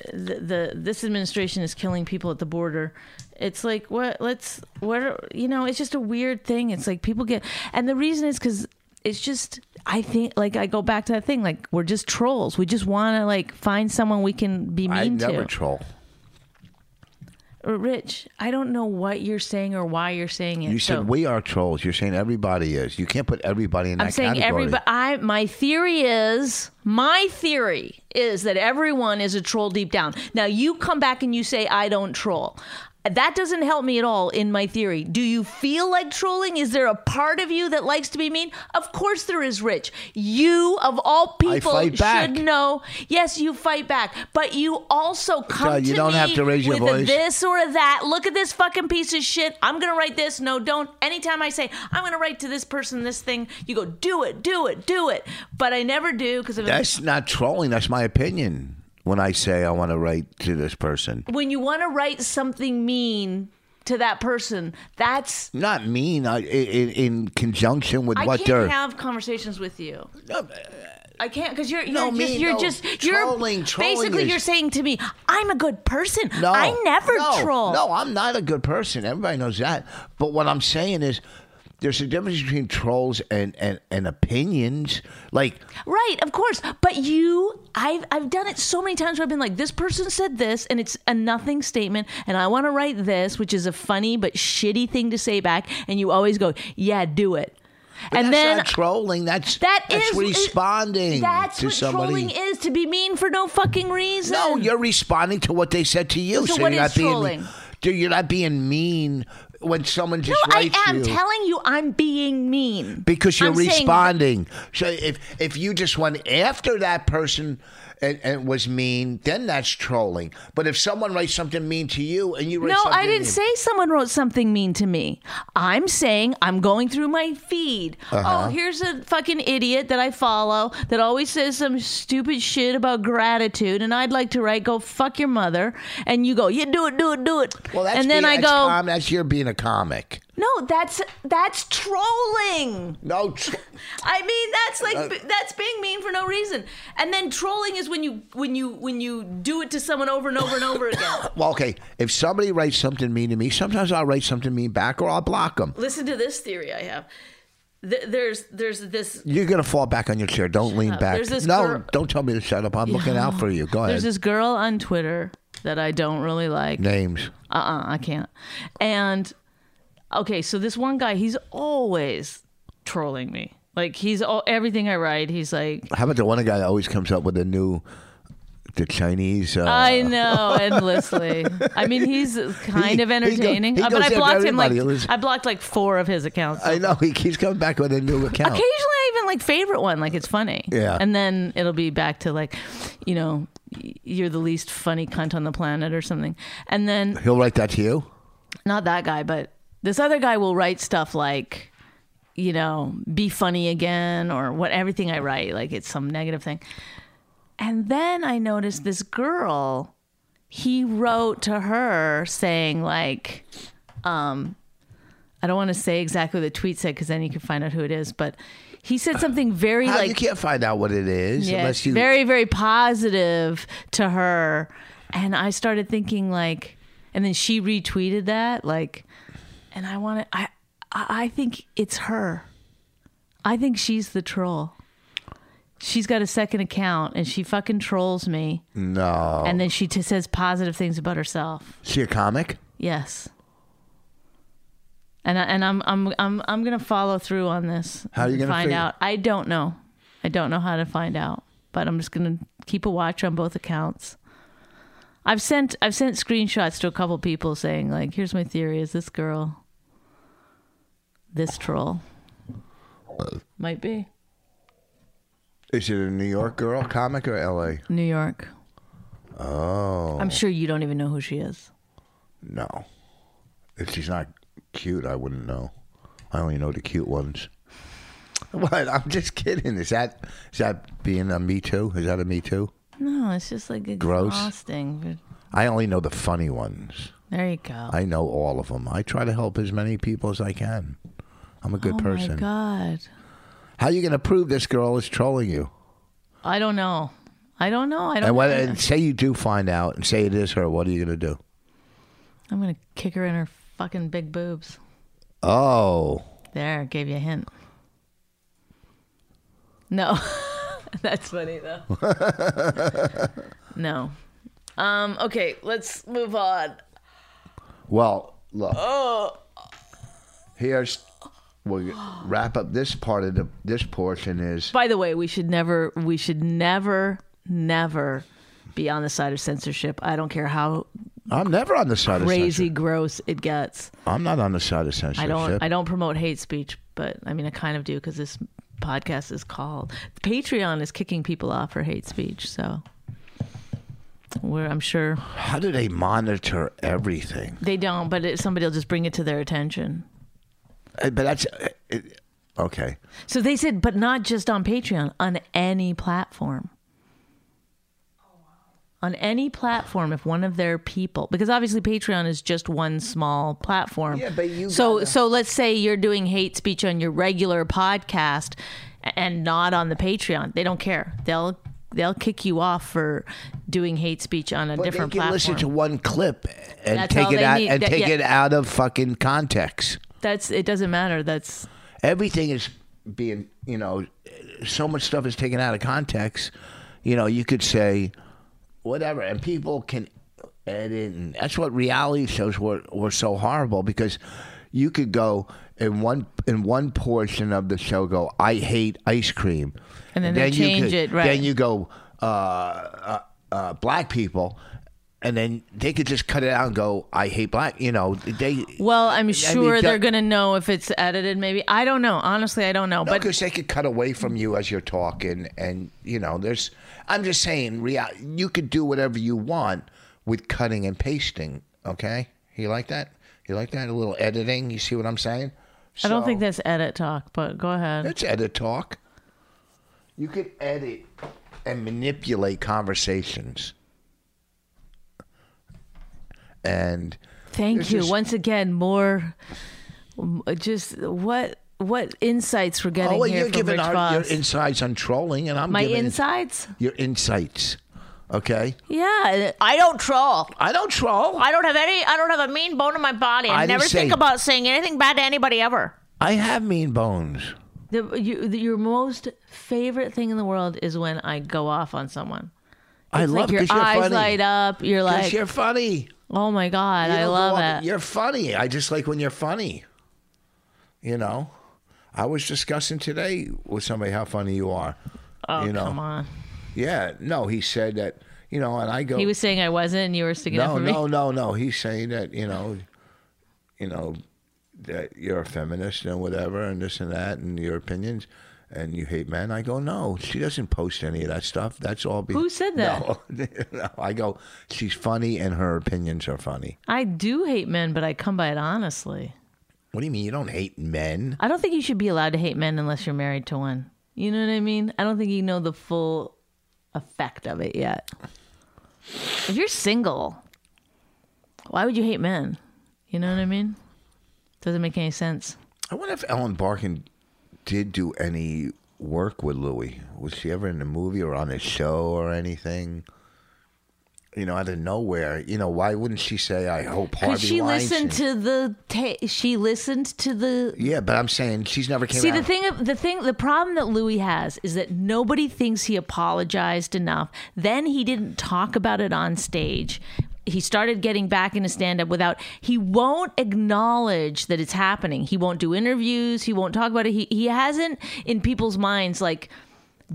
C: the, the this administration is killing people at the border. It's like what? Let's what? Are, you know, it's just a weird thing. It's like people get, and the reason is because it's just I think like I go back to that thing. Like we're just trolls. We just want to like find someone we can be mean
A: I
C: to.
A: never troll.
C: Rich, I don't know what you're saying or why you're saying it.
A: You
C: so-
A: said we are trolls. You're saying everybody is. You can't put everybody in that
C: I'm saying
A: category.
C: everybody. I my theory is my theory is that everyone is a troll deep down. Now you come back and you say I don't troll. That doesn't help me at all in my theory. Do you feel like trolling? Is there a part of you that likes to be mean? Of course there is, Rich. You of all people
A: fight back.
C: should know. Yes, you fight back, but you also come
A: God, you
C: to
A: don't
C: me
A: have to raise your
C: with a
A: voice.
C: this this or a that. Look at this fucking piece of shit. I'm gonna write this. No, don't. Anytime I say I'm gonna write to this person this thing, you go do it, do it, do it. But I never do because
A: That's not trolling. That's my opinion. When I say I want to write to this person,
C: when you want to write something mean to that person, that's
A: not mean. I, in, in conjunction with
C: I
A: what
C: can't
A: they're.
C: have conversations with you. I can't because you're you're
A: No,
C: just
A: mean,
C: you're
A: no.
C: just you're
A: Trolling, trolling
C: basically
A: is-
C: you're saying to me I'm a good person.
A: no,
C: I never
A: no,
C: troll.
A: No, I'm not a good person. Everybody knows that. But what I'm saying is, there's a difference between trolls and and, and opinions. Like
C: Right, of course. But you, I've I've done it so many times where I've been like, this person said this, and it's a nothing statement, and I want to write this, which is a funny but shitty thing to say back, and you always go, yeah, do it. and
A: that's
C: then
A: not trolling. That's
C: that
A: that's
C: is-
A: responding
C: That's
A: to
C: what
A: somebody.
C: trolling is to be mean for no fucking reason.
A: No, you're responding to what they said to you.
C: So
A: So,
C: what
A: you're
C: is
A: not being
C: trolling?
A: Dude, you're not being mean when someone just
C: No, I
A: writes
C: am
A: you.
C: telling you, I'm being mean
A: because you're
C: I'm saying-
A: responding. So if if you just went after that person and, and was mean, then that's trolling. But if someone writes something mean to you and you write
C: No,
A: something
C: I didn't
A: mean-
C: say someone wrote something mean to me. I'm saying I'm going through my feed.
A: Uh-huh.
C: Oh, here's a fucking idiot that I follow that always says some stupid shit about gratitude, and I'd like to write, "Go fuck your mother," and you go, "Yeah, do it, do it, do it."
A: Well, that's
C: and then
A: being-
C: I go,
A: that's com- that's you're being a comic.
C: "No, that's that's trolling."
A: No, tr-
C: I mean, that's
A: Uh.
C: like that's being mean for no reason. And then trolling is when you when you when you do it to someone over and over and over again.
A: well, okay. If somebody writes something mean to me, sometimes I'll write something mean back, or I'll block them.
C: Listen to this theory I have. Th- There's there's this
A: You're gonna fall back on your chair. Don't lean
C: up.
A: back.
C: There's this
A: No,
C: girl-
A: don't tell me to shut up. I'm looking out for you. Go ahead.
C: there's this girl on Twitter that I don't really like.
A: Names.
C: uh-uh i can't and okay so this one guy he's always trolling me like he's all everything i write he's like
A: How about the one guy that always comes up with a new, the Chinese? Uh,
C: i know endlessly i mean he's kind
A: He-
C: of
A: he go-
C: entertaining
A: he
C: uh,
A: goes
C: but i
A: after
C: blocked him like
A: everybody. It was-
C: i blocked like four of his accounts
A: I know he keeps coming back with a new account.
C: occasionally i even like favorite one like it's funny
A: Yeah.
C: and then it'll be back to like you know y- you're the least funny cunt on the planet or something and then
A: He'll write that to you.
C: not that guy, but this other guy will write stuff like, you know, be funny again or what everything I write, like it's some negative thing. And then I noticed this girl, he wrote to her saying, like, um, I don't want to say exactly what the tweet said because then you can find out who it is, but he said something very
A: How-
C: like
A: you can't find out what it is
C: yeah,
A: unless you.
C: very very positive to her and i started thinking like and then she retweeted that like and i want to i i I think it's her i think she's the troll she's got a second account and she fucking trolls me
A: no.
C: and then she t- says positive things about herself
A: Is she a comic?
C: yes and I, and I'm I'm I'm I'm gonna follow through on this.
A: How are you
C: and
A: gonna
C: find
A: figure-
C: out? I don't know. I don't know how to find out, but I'm just gonna keep a watch on both accounts. I've sent I've sent screenshots to a couple people saying like, "Here's my theory: is this girl, this troll, might be
A: Is it a New York girl comic or L.A.?
C: New York."
A: Oh
C: I'm sure you don't even know who she is.
A: no. If she's not cute, I wouldn't know. I only know the cute ones. What? I'm just kidding. Is that is that being a Me Too? Is that a Me Too?
C: No, it's just like
A: Gross.
C: exhausting.
A: I only know the funny ones.
C: There you go.
A: I know all of them. I try to help as many people as I can. I'm a good
C: oh
A: person.
C: my god.
A: How you going to prove this girl is trolling you?
C: I don't know. I don't know. I don't.
A: And, when,
C: know.
A: and say you do find out and say it is her, what are you going to do?
C: I'm gonna kick her in her fucking big boobs.
A: Oh.
C: There, gave you a hint. No, that's funny though. no. Um. Okay, let's move on.
A: Well, look.
C: Uh.
A: Here's we'll wrap up this part of the this portion is
C: By the way, we should never, we should never, never be on the side of censorship. I don't care how
A: I'm never on the side
C: crazy,
A: of censorship.
C: gross it gets.
A: I'm not on the side of censorship.
C: I don't. I don't promote hate speech, but I mean, I kind of do because this podcast is called Patreon is kicking people off for hate speech. So, where I'm sure
A: How do they monitor everything?
C: they don't, but it, somebody will just bring it to their attention.
A: Uh, But that's uh, it, okay.
C: So they said, but not just on Patreon, on any platform. On any platform, if one of their people, because obviously Patreon is just one small platform.
A: Yeah, but you
C: So,
A: gotta-
C: so let's say you're doing hate speech on your regular podcast a- and not on the Patreon. They don't care. They'll they'll kick you off for doing hate speech on a
A: But
C: different
A: they can
C: platform.
A: listen to one clip and
C: That's
A: take
C: all
A: it
C: they
A: out
C: need.
A: and
C: That-
A: take
C: yeah.
A: it out of fucking context.
C: That's it. Doesn't matter. That's
A: Everything is being, you know, so much stuff is taken out of context. You know, you could say whatever, and people can edit, and that's what reality shows were were so horrible because you could go in one in one portion of the show go, I hate ice cream,
C: And then they
A: you
C: change
A: could-
C: it, right.
A: Then you go, uh, uh, uh, black people. and then they could just cut it out and go, "I hate black." You know, they
C: Well, I'm sure
A: that-
C: they're gonna know if it's edited. Maybe I don't know. Honestly, I don't know. but
A: because they could cut away from you as you're talking, and you know, there's. I'm just saying, rea- you could do whatever you want with cutting and pasting. Okay, you like that? You like that? A little editing. You see what I'm saying?
C: I don't
A: So-
C: think that's edit talk. But go ahead.
A: That's edit talk. You could edit and manipulate conversations. And
C: Thank
A: It's
C: you
A: just-
C: once again. More, m- just what what insights we're getting
A: oh, well,
C: here
A: you're
C: from
A: giving
C: Rich
A: our, your
C: Voss.
A: insights on trolling, and I'm
C: My
A: giving
C: insights?
A: your insights. Okay,
C: Yeah, I don't troll.
A: I don't troll.
C: I don't have any. I don't have a mean bone in my body. I,
A: I didn't
C: never think
A: say-
C: about saying anything bad to anybody ever.
A: I have mean bones.
C: The, you, the, your most favorite thing in the world is when I go off on someone.
A: I
C: It's
A: love
C: like your
A: you're
C: eyes
A: funny.
C: light up. You're
A: 'Cause
C: like,
A: you're funny.
C: oh my god,
A: You
C: I
A: don't go
C: love
A: off-
C: it.
A: You're funny. I just like when you're funny. You know, I was discussing today with somebody how funny you are.
C: oh
A: you know,
C: come on.
A: Yeah, no, he said that, you know, and I go,
C: He was saying I wasn't, and you were sticking up
A: no,
C: for
A: no,
C: me.
A: no, no. He's saying that, you know, you know, that you're a feminist and whatever, and this and that, and your opinions, and you hate men. I go, no, she doesn't post any of that stuff. That's all. Be-
C: Who said that?
A: No, no, I go, she's funny, and her opinions are funny.
C: I do hate men, but I come by it honestly.
A: What do you mean you don't hate men?
C: I don't think you should be allowed to hate men unless you're married to one. You know what I mean? I don't think you know the full effect of it yet. If you're single, why would you hate men? You know what I mean? Doesn't make any sense.
A: I wonder if Ellen Barkin did do any work with Louis. Was she ever in a movie or on a show or anything? You know, out of nowhere. You know, why wouldn't she say, "I hope Harvey"?
C: Because she listened
A: Weinstein-"
C: to the ta- she listened to the
A: Yeah, but I'm saying she's never came
C: See
A: out.
C: the thing the thing the problem that Louis has is that nobody thinks he apologized enough. Then he didn't talk about it on stage. He started getting back into stand up without he won't acknowledge that it's happening. He won't do interviews, he won't talk about it. He he hasn't in people's minds like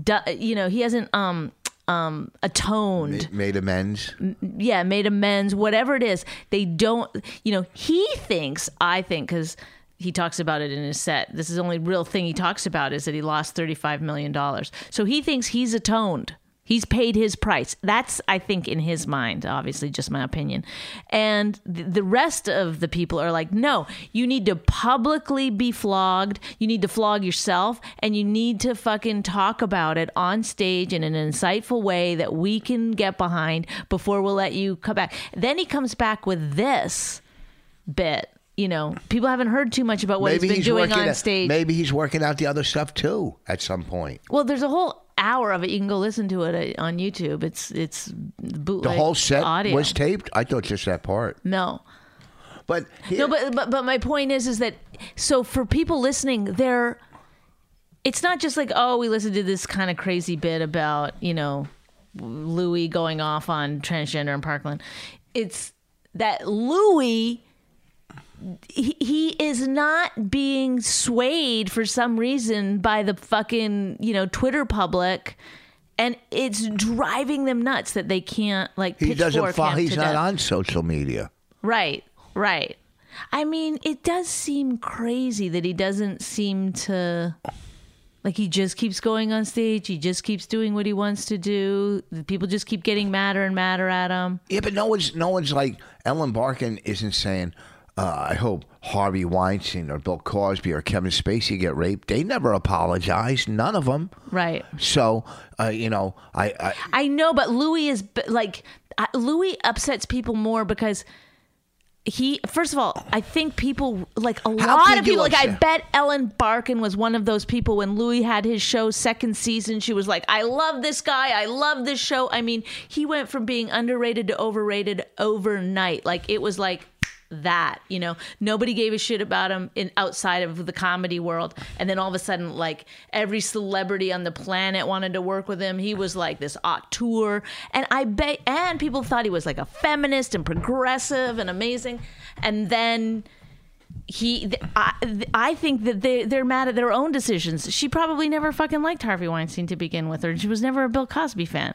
C: du- you know, he hasn't um um atoned
A: made amends.
C: yeah, made amends, whatever it is. They don't, you know, he thinks, I think, because he talks about it in his set. This is the only real thing he talks about is that he lost $35 million. So he thinks he's atoned. He's paid his price. That's, I think, in his mind, obviously, just my opinion. And th- the rest of the people are like, no, you need to publicly be flogged. You need to flog yourself and you need to fucking talk about it on stage in an insightful way that we can get behind before we'll let you come back. Then he comes back with this bit. You know, people haven't heard too much about what
A: maybe
C: he's been
A: he's
C: doing
A: working
C: on
A: out-
C: stage.
A: Maybe he's working out the other stuff too at some point.
C: Well, there's a whole hour of it. You can go listen to it uh, on YouTube. It's it's bootleg
A: The whole set
C: audio.
A: was taped. I thought just that part.
C: no.
A: But
C: No, but, but but my point is is that so for people listening, they're it's not just like oh we listened to this kind of crazy bit about you know Louis going off on transgender in Parkland. It's that Louis he, he is not being swayed for some reason by the fucking you know Twitter public. And it's driving them nuts that they can't like.
A: he doesn't
C: pitchfork
A: follow.
C: him
A: He's
C: to
A: not
C: death.
A: on social media.
C: Right, right. I mean, it does seem crazy that he doesn't seem to like he just keeps going on stage. He just keeps doing what he wants to do. The People just keep getting madder and madder at him.
A: Yeah, but no one's no one's like Ellen Barkin isn't saying. Uh, I hope Harvey Weinstein or Bill Cosby or Kevin Spacey get raped. They never apologized, none of them.
C: Right.
A: So, uh, you know, I, I
C: I know, but Louis is b- like I- Louis upsets people more because he. First of all, I think people like a lot
A: could
C: of
A: you
C: people. Like I
A: upset-
C: bet Ellen Barkin was one of those people when Louis had his show second season. She was like, "I love this guy. I love this show." I mean, he went from being underrated to overrated overnight. Like it was like that you know nobody gave a shit about him in outside of the comedy world and then all of a sudden like every celebrity on the planet wanted to work with him he was like this auteur and i bet and people thought he was like a feminist and progressive and amazing and then he th- I, th- I think that they, they're mad at their own decisions she probably never fucking liked harvey weinstein to begin with or she was never a bill cosby fan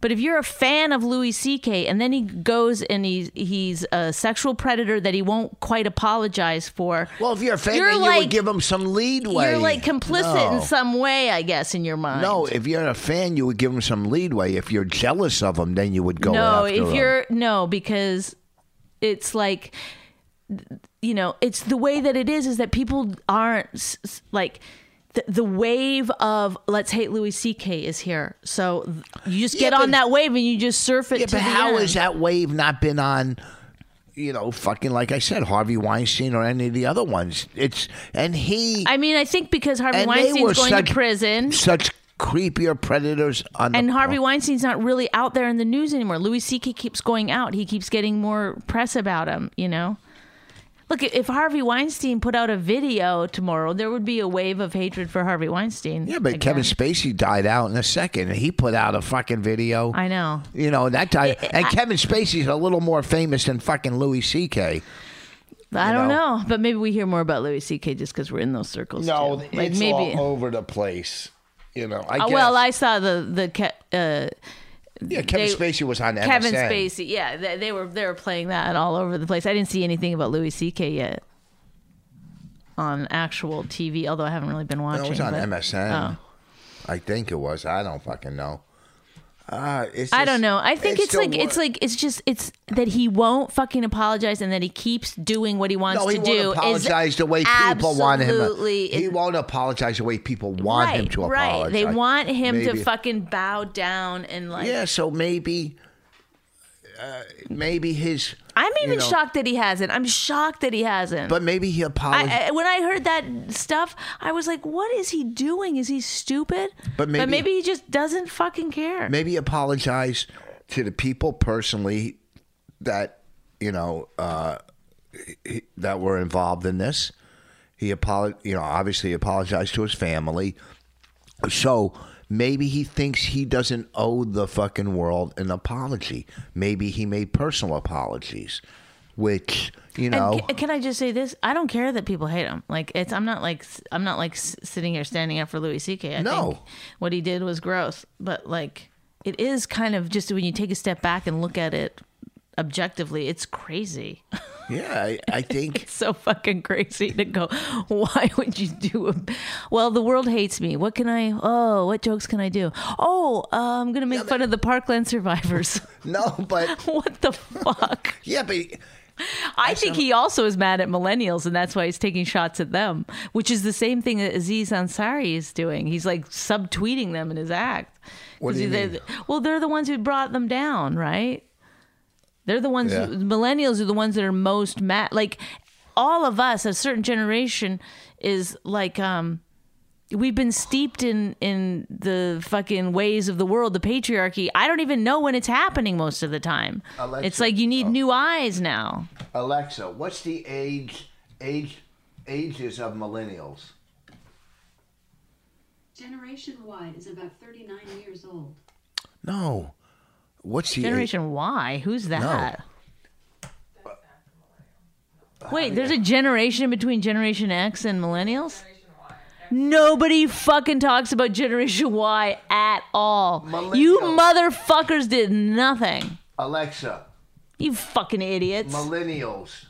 C: but if you're a fan of louis ck and then he goes and he's he's a sexual predator that he won't quite apologize for
A: Well, if you're a fan,
C: You're
A: then you
C: like-
A: would give them some leadway.
C: you're like complicit
A: No.
C: in some way i guess in your mind
A: No, if you're a fan, you would give them some leadway. If you're jealous of them, then you would go
C: no
A: after
C: if
A: 'em.
C: you're no because it's like you know it's the way that it is is that people aren't s- s- like the, the wave of let's hate louis ck is here so th- you just
A: Yeah,
C: get on
A: but-
C: that wave and you just surf it
A: Yeah,
C: to
A: but
C: the
A: how
C: end.
A: has that wave not been on? You know, fucking like I said, Harvey Weinstein or any of the other ones. It's and he
C: i mean i think because harvey
A: and they were
C: weinstein's going
A: such,
C: to prison
A: Such creepier predators on
C: and
A: the
C: Harvey Weinstein's not really out there in the news anymore. Louis C.K. keeps going out. He keeps getting more press about him. You know, look if Harvey Weinstein put out a video tomorrow, there would be a wave of hatred for Harvey Weinstein.
A: Yeah, but
C: again.
A: Kevin Spacey died out in a second, and he put out a fucking video.
C: I know.
A: you know that died,
C: It-
A: and
C: I-
A: Kevin Spacey's a little more famous than fucking Louis C.K.
C: I don't
A: know.
C: know. but maybe we hear more about Louis C.K. just because we're in those circles. too. like maybe.
A: over the place. You know, I
C: Uh, well, I saw the the Ke- uh,
A: yeah, Kevin
C: they-
A: Spacey was on
C: Kevin
A: MSN.
C: Spacey. Yeah, they, they were they were playing that all over the place. I didn't see anything about Louis C.K. yet on actual TV, although I haven't really been watching.
A: No, it was on
C: but-
A: MSN.
C: Oh.
A: I think it was. I don't fucking know. Uh, it's
C: I
A: just-
C: don't know. I think it's,
A: the
C: like
A: wor-
C: it's like it's just it's that he won't fucking apologize and that he keeps doing what he wants
A: no, he
C: to
A: won't
C: do.
A: apologize
C: is
A: the way people want him.
C: absolutely-
A: He won't apologize the way people want
C: right,
A: him to
C: right.
A: apologize.
C: They want him
A: Maybe-
C: to fucking bow down and like.
A: Yeah, so maybe, uh, maybe his.
C: I'm
A: you
C: even
A: know,
C: shocked that he hasn't. I'm shocked that he hasn't.
A: But maybe he apologized.
C: I, I, when I heard that stuff, I was like, "What is he doing? Is he stupid?"
A: But maybe-
C: he just doesn't fucking care.
A: maybe apologize to the people personally that you know uh, he- that were involved in this. He apolog you know, obviously apologized to his family. So maybe he thinks he doesn't owe the fucking world an apology. Maybe he made personal apologies, which you know.
C: And ca- can I just say this? I don't care that people hate him. Like it's I'm not like s- I'm not like s- sitting here standing up for Louis C.K. I
A: No.
C: think what he did was gross, but like it is kind of just when you take a step back and look at it objectively, it's crazy.
A: yeah, I, I think.
C: so fucking crazy to go. Why would you do a? Well, the world hates me. What can I? Oh, what jokes can I do? Oh, uh, I'm gonna make fun of the Parkland survivors.
A: No, but
C: what the fuck?
A: yeah, but
C: I think he also is mad at millennials, and that's why he's taking shots at them, which is the same thing that Aziz Ansari is doing. He's like subtweeting them in his act.
A: What do
C: 'Cause
A: you
C: they-
A: mean?
C: Well, they're the ones who brought them down, right? They're the ones.
A: Yeah.
C: Who, millennials are the ones that are most mad. Like all of us, a certain generation is like. um We've been steeped in in the fucking ways of the world, the patriarchy. I don't even know when it's happening most of the time. It's
A: Alexa-
C: like you need new eyes now.
A: Alexa, what's the age age ages of millennials?
D: Generation Y is about 39 years old.
A: No. What's the
C: Generation Y? Who's that? Wait, there's a generation between Generation X and millennials? Nobody fucking talks about Generation Y at all. You
A: Millennials.
C: motherfuckers did nothing.
A: age? Alexa,
C: You fucking idiots.
A: millennials.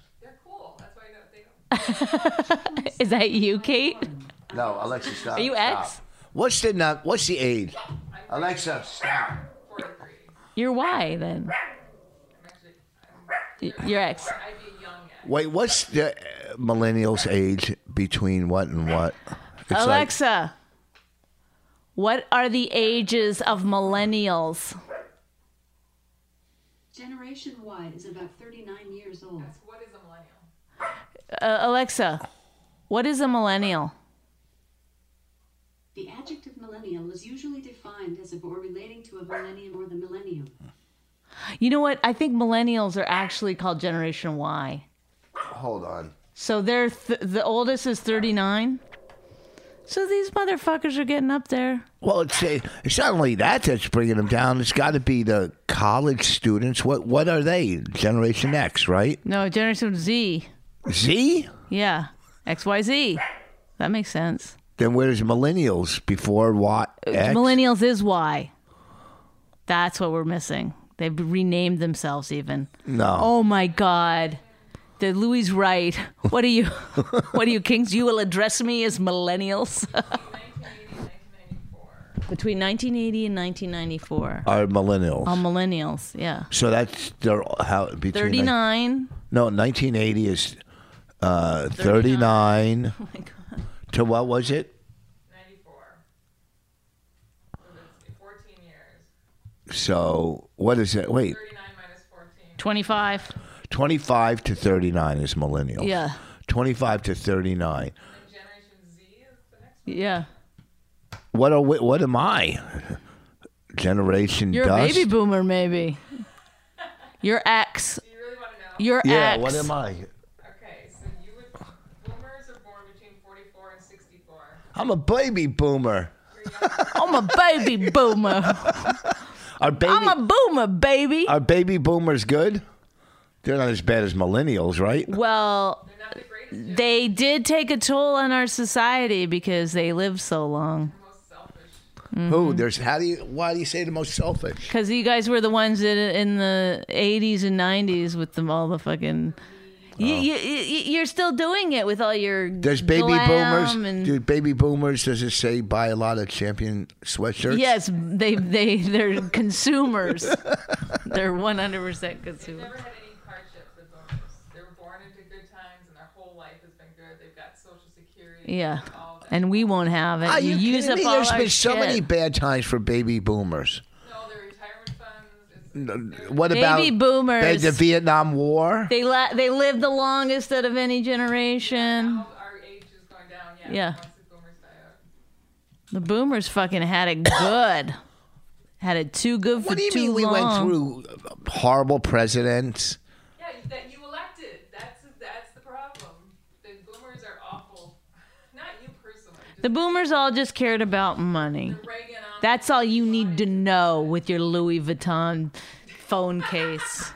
C: Is that you, Kate?
A: No, Alexa, stop.
C: Are you
A: stop.
C: X?
A: What's the nu- what's the age? Alexa, stop.
C: You're Y then. Y- You're X.
A: Wait, what's the uh, millennials age between what and what? It's like-
C: Alexa, what are the ages of millennials?
D: Generation Y is about 39 years old.
C: Uh, Alexa, what is a millennial?
D: The adjective millennial is usually defined as of or relating to a millennium or the millennium.
C: You know what? I think millennials are actually called Generation Y.
A: hold on.
C: So they're th- the oldest is 39. So these motherfuckers are getting up there.
A: Well, it's uh, it's not only that that's bringing them down. It's got to be the college students. What what are they? Generation X, right?
C: No, Generation Z.
A: Z?
C: Yeah. XYZ. That makes sense.
A: Then where's millennials before what?
C: Uh,
A: X?
C: Millennials is why. That's what we're missing. They've renamed themselves even.
A: No.
C: Oh my God. The Louis right. What are you? what are you kings? You will address me as millennials. Between 1980 and 1994.
A: Are millennials.
C: All millennials, yeah.
A: so that's their how between
C: 39.
A: No, 1980 is uh, 39
C: Oh my God.
A: to what was it?
E: 94. So that's 14 years.
A: So what is it? Wait,
E: 39 minus 14.
C: 25.
A: 25 to 39 is millennial.
C: Yeah.
A: 25 to 39.
E: And Generation Z is the next
C: Yeah.
A: What are we, what am I? Generation
C: You're
A: dust.
C: a baby boomer, maybe. Your ex.
E: one. You really want to know?
C: Your
A: yeah,
C: ex.
A: what am I?
E: Okay, so you would. Boomers are born between 44 and 64.
A: I'm a baby boomer.
C: I'm a baby boomer.
A: Are baby
C: I'm a boomer, baby.
A: are baby boomers good? They're not as bad as millennials, right?
C: Well, they did take a toll on our society because they lived so long. Mm-hmm.
A: Who? There's how do you why do you say the most selfish?
C: Because you guys were the ones that uh, in the 80s and 90s with them all the fucking. You, you, you, you're still doing it with all your.
A: There's baby
C: glam
A: boomers.
C: and-
A: Do baby boomers does it say buy a lot of champion sweatshirts?
C: Yes, they they they're consumers. they're one hundred percent consumers.
E: Never had any hardships with boomers. They were born into good times and their whole life has been good. They've got Social Security.
C: Yeah,
E: All that.
C: and we won't have it.
A: Are
C: you,
A: Ah, you
C: use
A: kidding
C: up
A: me?
C: all
A: There's
C: our
A: been so
C: shit.
A: many bad times for baby boomers.
E: All their retirement funds. It's,
C: Mm.
A: What
C: Baby
A: about
C: boomers.
A: The Vietnam War.
C: They la- they live the longest out of any generation.
E: all our age is going down. Yeah.
C: Yeah.
E: Once the boomers die out.
C: The boomers fucking had it good. had it too good for
A: What do you
C: too
A: mean we
C: long.
A: went through horrible presidents?
E: Yeah, you- that you elected. That's that's the problem. The boomers are awful. Not you personally. Just
C: The boomers all just cared about money.
E: Reagan on
C: That's all you need to know with your Louis Vuitton phone case.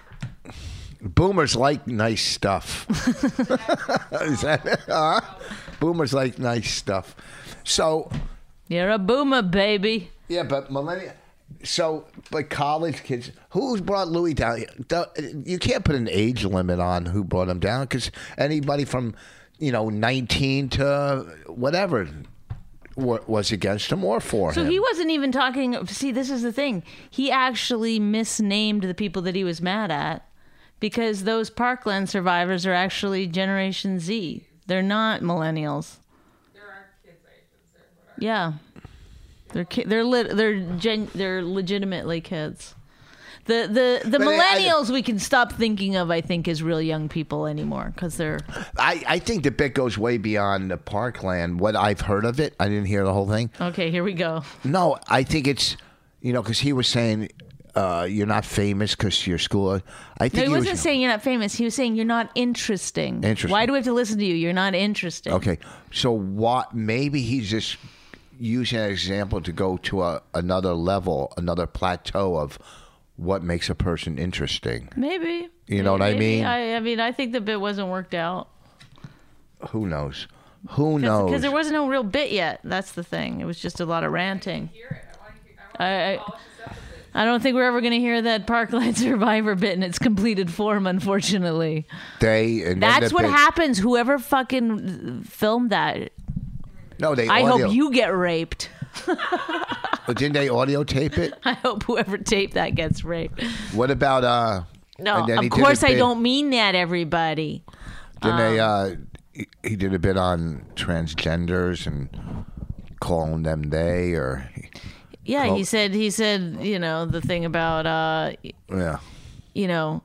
A: Boomers like nice stuff. Is that- huh? Boomers like nice stuff. So
C: You're a boomer, baby.
A: yeah, but millennial. So but college kids, who's brought Louis down? The- You can't put an age limit on who brought him down because anybody from you know nineteen to whatever wa- was against him or for
C: So
A: him.
C: he wasn't even talking. See, this is the thing. He actually misnamed the people that he was mad at because those Parkland survivors are actually Generation Z. They're not millennials. Yeah, they're ki- they're lit they're gen- they're legitimately kids. The the the
A: But I- I-
C: millennials we can stop thinking of I think as real young people anymore because they're
A: I, I think the bit goes way beyond the parkland. What I've heard of it, I didn't hear the whole thing.
C: okay. Here we go.
A: No, I think it's you know because he was saying uh, you're not famous because your school. I think
C: No, he,
A: was-
C: wasn't saying you're not famous. He was saying you're not interesting.
A: Interesting.
C: Why do we have to listen to you? You're not interesting.
A: Okay, so what? Maybe he's just using an example to go to a, another level, another plateau of what makes a person interesting.
C: Maybe.
A: You know what I
C: Maybe.
A: mean?
C: I, I mean, I think the bit wasn't worked out
A: Who knows? Who knows?
C: because there was no real bit yet. That's the thing. It was just a lot of ranting. I, I, I don't think we're ever going to hear that Parkland Survivor bit in its completed form, unfortunately.
A: they and then
C: That's
A: the
C: what
A: big-
C: happens. Whoever fucking filmed that,
A: No, they.
C: I
A: audio, Oh,
C: hope you get raped.
A: didn't. They audio tape it.
C: I hope whoever taped that gets raped.
A: What about uh?
C: No,
A: and then he
C: of
A: did a
C: course I
A: bit-
C: don't um, mean that, everybody.
A: Then they uh, he, he did a bit on transgenders and calling them they or
C: Yeah,
A: Well-
C: he said he said you know the thing about uh
A: yeah.
C: you know.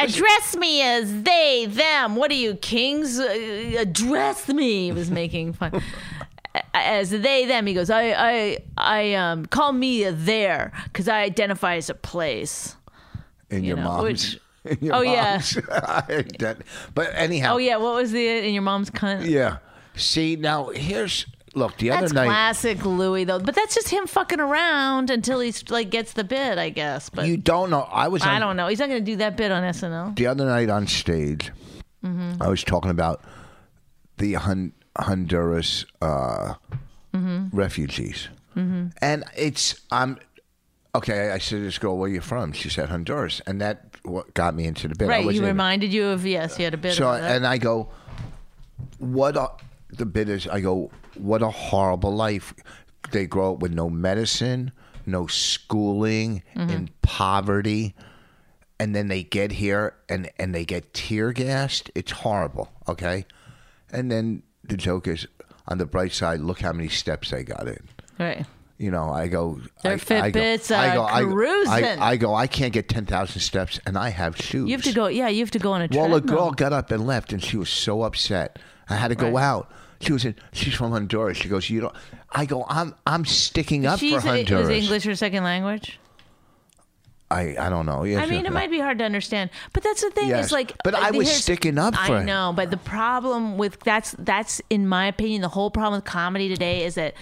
C: Address me as they, them. What are you, kings? Uh, address me. He was making fun. A- As they, them. He goes, I, I, I, um, call me a there because I identify as a place.
A: in
C: you
A: your
C: know,
A: mom's.
C: which-
A: in your
C: oh, yeah.
A: mom's. That- but anyhow,
C: Oh, yeah. What was the in your mom's cunt?
A: yeah. See now, here's look. The
C: That's
A: other night,
C: classic Louis, though. But that's just him fucking around until he's like gets the bid, I guess. But
A: you don't know. I was. On,
C: I don't know. He's not going to do that bit on SNL.
A: The other night on stage,
C: Mm-hmm.
A: I was talking about the Hon- Honduras uh,
C: Mm-hmm.
A: refugees, and it's I'm okay. I I said to this girl, "Where you from?" She said Honduras, and that what got me into the bit. I
C: Right, you
A: wasn't even-
C: reminded you of yes, you had a bit
A: so
C: of that.
A: and I go, what a, the bit is? I go, what a horrible life. They grow up with no medicine, no schooling,
C: Mm-hmm.
A: in poverty, and then they get here and and they get tear gassed. It's horrible. Okay, and then the joke is on the bright side. Look how many steps they got in
C: right.
A: you know, I go.
C: Their
A: I, I go-
C: Fitbits
A: I
C: are
A: go, I go- I,
C: cruising.
A: I go. I can't get ten thousand steps, and I have shoes.
C: You have to go. Yeah, you have to go on a
A: Well,
C: treadmill.
A: a girl got up and left, and she was so upset. I had to go
C: Right.
A: out. She was in. She's from Honduras. She goes. You don't. I go. I'm. I'm sticking up
C: She's
A: for
C: it
A: Honduras.
C: was English her second language.
A: I. I don't know.
C: I mean, it might be hard to understand, but that's the thing.
A: Yes,
C: It's like, uh,
A: but I was
C: here's-
A: sticking up for
C: I
A: it.
C: know, but the problem with that's that's in my opinion the whole problem with comedy today is that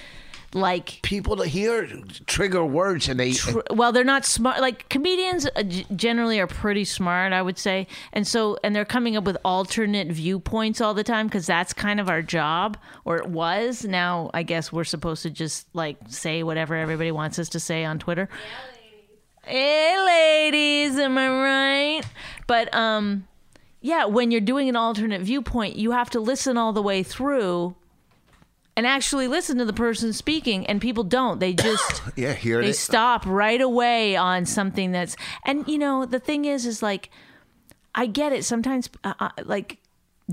C: like
A: People to hear trigger words, and they.
C: tr- well they're not smart like comedians uh, g- generally are pretty smart i would say and so and they're coming up with alternate viewpoints all the time because that's kind of our job or it was now i guess we're supposed to just like say whatever everybody wants us to say on twitter hey ladies am i right but um yeah when you're doing an alternate viewpoint you have to listen all the way through and actually listen to the person speaking and people don't they just
A: yeah, hear
C: they
A: it.
C: stop right away on something that's and you know the thing is is like i get it sometimes uh, uh, like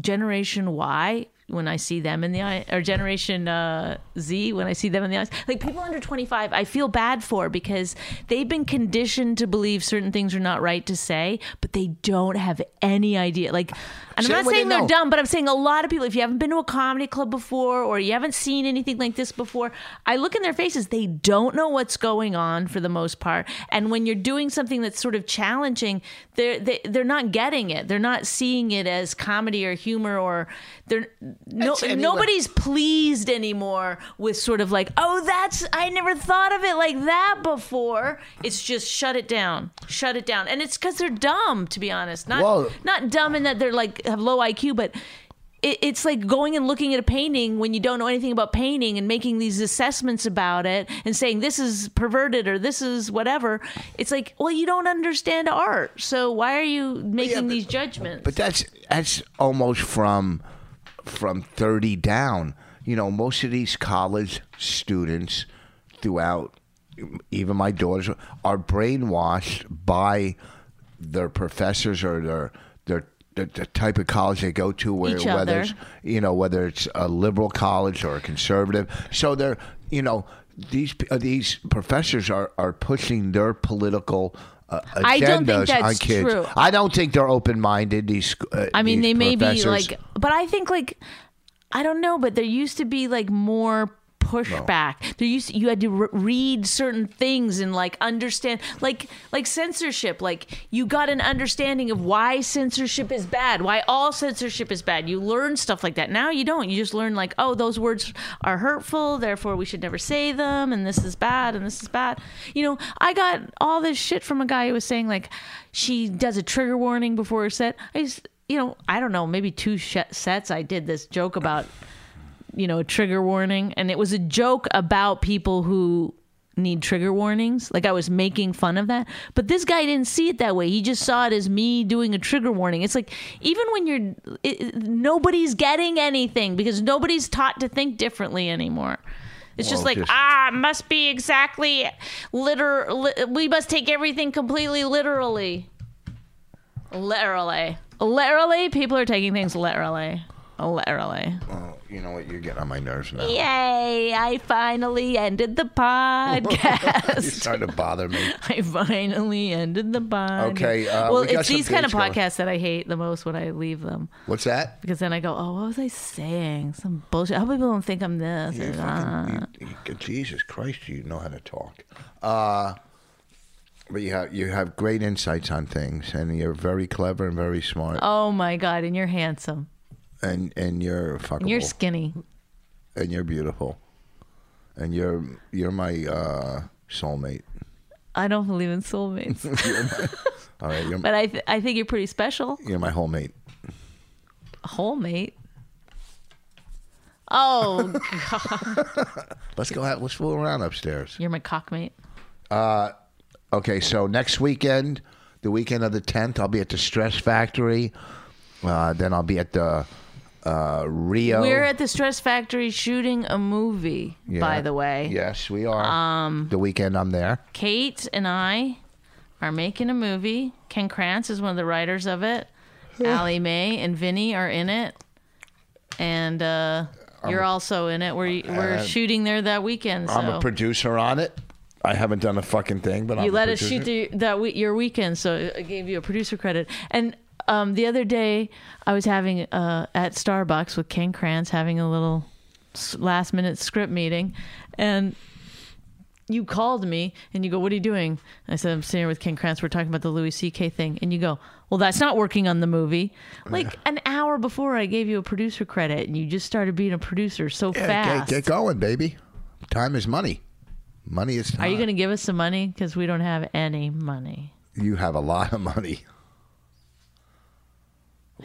C: generation y when i see them in the eye or generation uh, z when i see them in the eyes like people under 25 i feel bad for because they've been conditioned to believe certain things are not right to say but they don't have any idea like and
A: Say
C: i'm not
A: what they
C: saying they're
A: know.
C: dumb but i'm saying a lot of people if you haven't been to a comedy club before or you haven't seen anything like this before i look in their faces they don't know what's going on for the most part and when you're doing something that's sort of challenging they're they, they're not getting it they're not seeing it as comedy or humor or they're no,
A: That's anyone-
C: nobody's pleased anymore with sort of like oh that's i never thought of it like that before it's just shut it down shut it down and it's because they're dumb to be honest not
A: Well-
C: not dumb in that they're like have low iq but it, it's like going and looking at a painting when you don't know anything about painting and making these assessments about it and saying this is perverted or this is whatever it's like well you don't understand art so why are you making
A: but-
C: these judgments
A: But that's that's almost from from thirty down. You know, most of these college students throughout, even my daughters, are brainwashed by their professors or their their the, the type of college they go to, where
C: Each
A: whether
C: other.
A: it's you know whether it's a liberal college or a conservative. So they're you know these uh, these professors are are pushing their political. Uh,
C: I don't think
A: agendas on
C: that's
A: kids.
C: true.
A: I don't think they're open minded. These, sc- uh,
C: I mean,
A: these
C: they may be
A: professors.
C: like, but I think like, I don't know, but there used to be like more pushback. There used you had to re- read certain things and like understand, like like censorship. Like you got an understanding of why censorship is bad, why all censorship is bad. You learn stuff like that. Now you don't. You just learn like, oh, those words are hurtful, therefore we should never say them, and this is bad, and this is bad. You know, I got all this shit from a guy who was saying like, she does a trigger warning before her set. I just you know, I don't know, maybe two sh- sets I did this joke about, you know, a trigger warning. And it was a joke about people who need trigger warnings. Like I was making fun of that. But this guy didn't see it that way. He just saw it as me doing a trigger warning. It's like, even when you're, it, it- nobody's getting anything because nobody's taught to think differently anymore. It's just
A: Well,
C: like,
A: just-
C: ah, must be exactly liter. Li- we must take everything completely literally. Literally. Literally, people are taking things literally. Literally.
A: Oh, you know what? You're getting on my nerves now.
C: Yay! I finally ended the podcast.
A: You're starting to bother me.
C: I finally ended the podcast.
A: Okay, uh,
C: well,
A: we got
C: it's
A: some
C: these kind of
A: dates going.
C: podcasts that I hate the most when I leave them
A: What's that?
C: because then I go, "Oh, what was I saying? Some bullshit. I hope people don't think I'm this."
A: You fucking, you, you- Jesus Christ! You know how to talk. Uh, but you have you have great insights on things, and you're very clever and very smart,
C: Oh my god! And you're handsome.
A: and and you're fuckable,
C: You're skinny.
A: and you're beautiful, and you're you're my uh, soulmate.
C: I don't believe in soulmates,
A: All right, you're,
C: but I th- I think you're pretty special.
A: you're my whole mate.
C: Whole mate. Oh,
A: Let's go out. Let's fool around upstairs.
C: you're my cockmate.
A: Okay, so next weekend, the weekend of the 10th, I'll be at the Stress Factory. Uh, then I'll be at the uh, Rio.
C: We're at the Stress Factory shooting a movie,
A: Yeah.
C: by the way.
A: Yes, we are. Um, the weekend I'm there.
C: Kate and I are making a movie. Ken Krantz is one of the writers of it. Allie Mae and Vinny are in it. And uh, you're also in it. We're, we're shooting there that weekend. So
A: I'm a producer on it. I haven't done a fucking thing, but I'm
C: you
A: a
C: let us
A: producer.
C: shoot the, that we, your weekend, so I gave you a producer credit. And um, the other day, I was having uh, at Starbucks with Ken Kranz having a little s- last minute script meeting, and you called me and you go, "What are you doing?" I said, "I'm sitting here with Ken Kranz. We're talking about the Louis C.K. thing," and you go. Well, that's not working on the movie. Like an hour before, I gave you a producer credit, and you just started being a producer so
A: Yeah,
C: fast.
A: get, get going, baby. Time is money. Money is time.
C: Are you going to give us some money? Because we don't have any money.
A: You have a lot of money.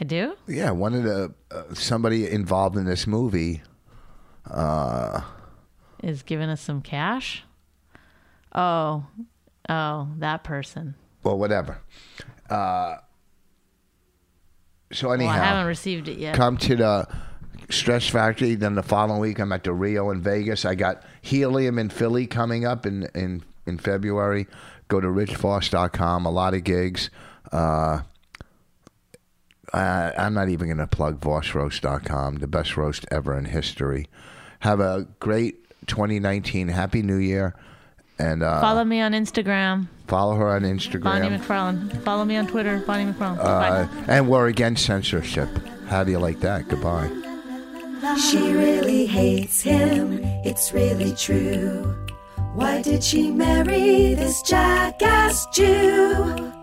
C: I do.
A: Yeah, one of the uh, somebody involved in this movie.
C: is giving us some cash. Oh, oh, that person.
A: Well, whatever. Uh, so
C: Well,
A: anyhow,
C: I haven't received it yet.
A: come to the Stress Factory. Then the following week, I'm at the Rio in Vegas. I got Helium in Philly coming up in in in February. Go to richfoss.com. A lot of gigs. Uh, I, I'm not even going to plug vossroast.com, the best roast ever in history. Have a great 2019. Happy New Year. And uh, follow,
C: Follow me on Instagram,
A: her on Instagram.
C: Bonnie McFarlane. Follow me on Twitter, Bonnie McFarlane.
A: Uh,
C: Bye.
A: and we're against censorship. How do you like that? Goodbye.
F: She really hates him, it's really true. Why did she marry this jackass Jew?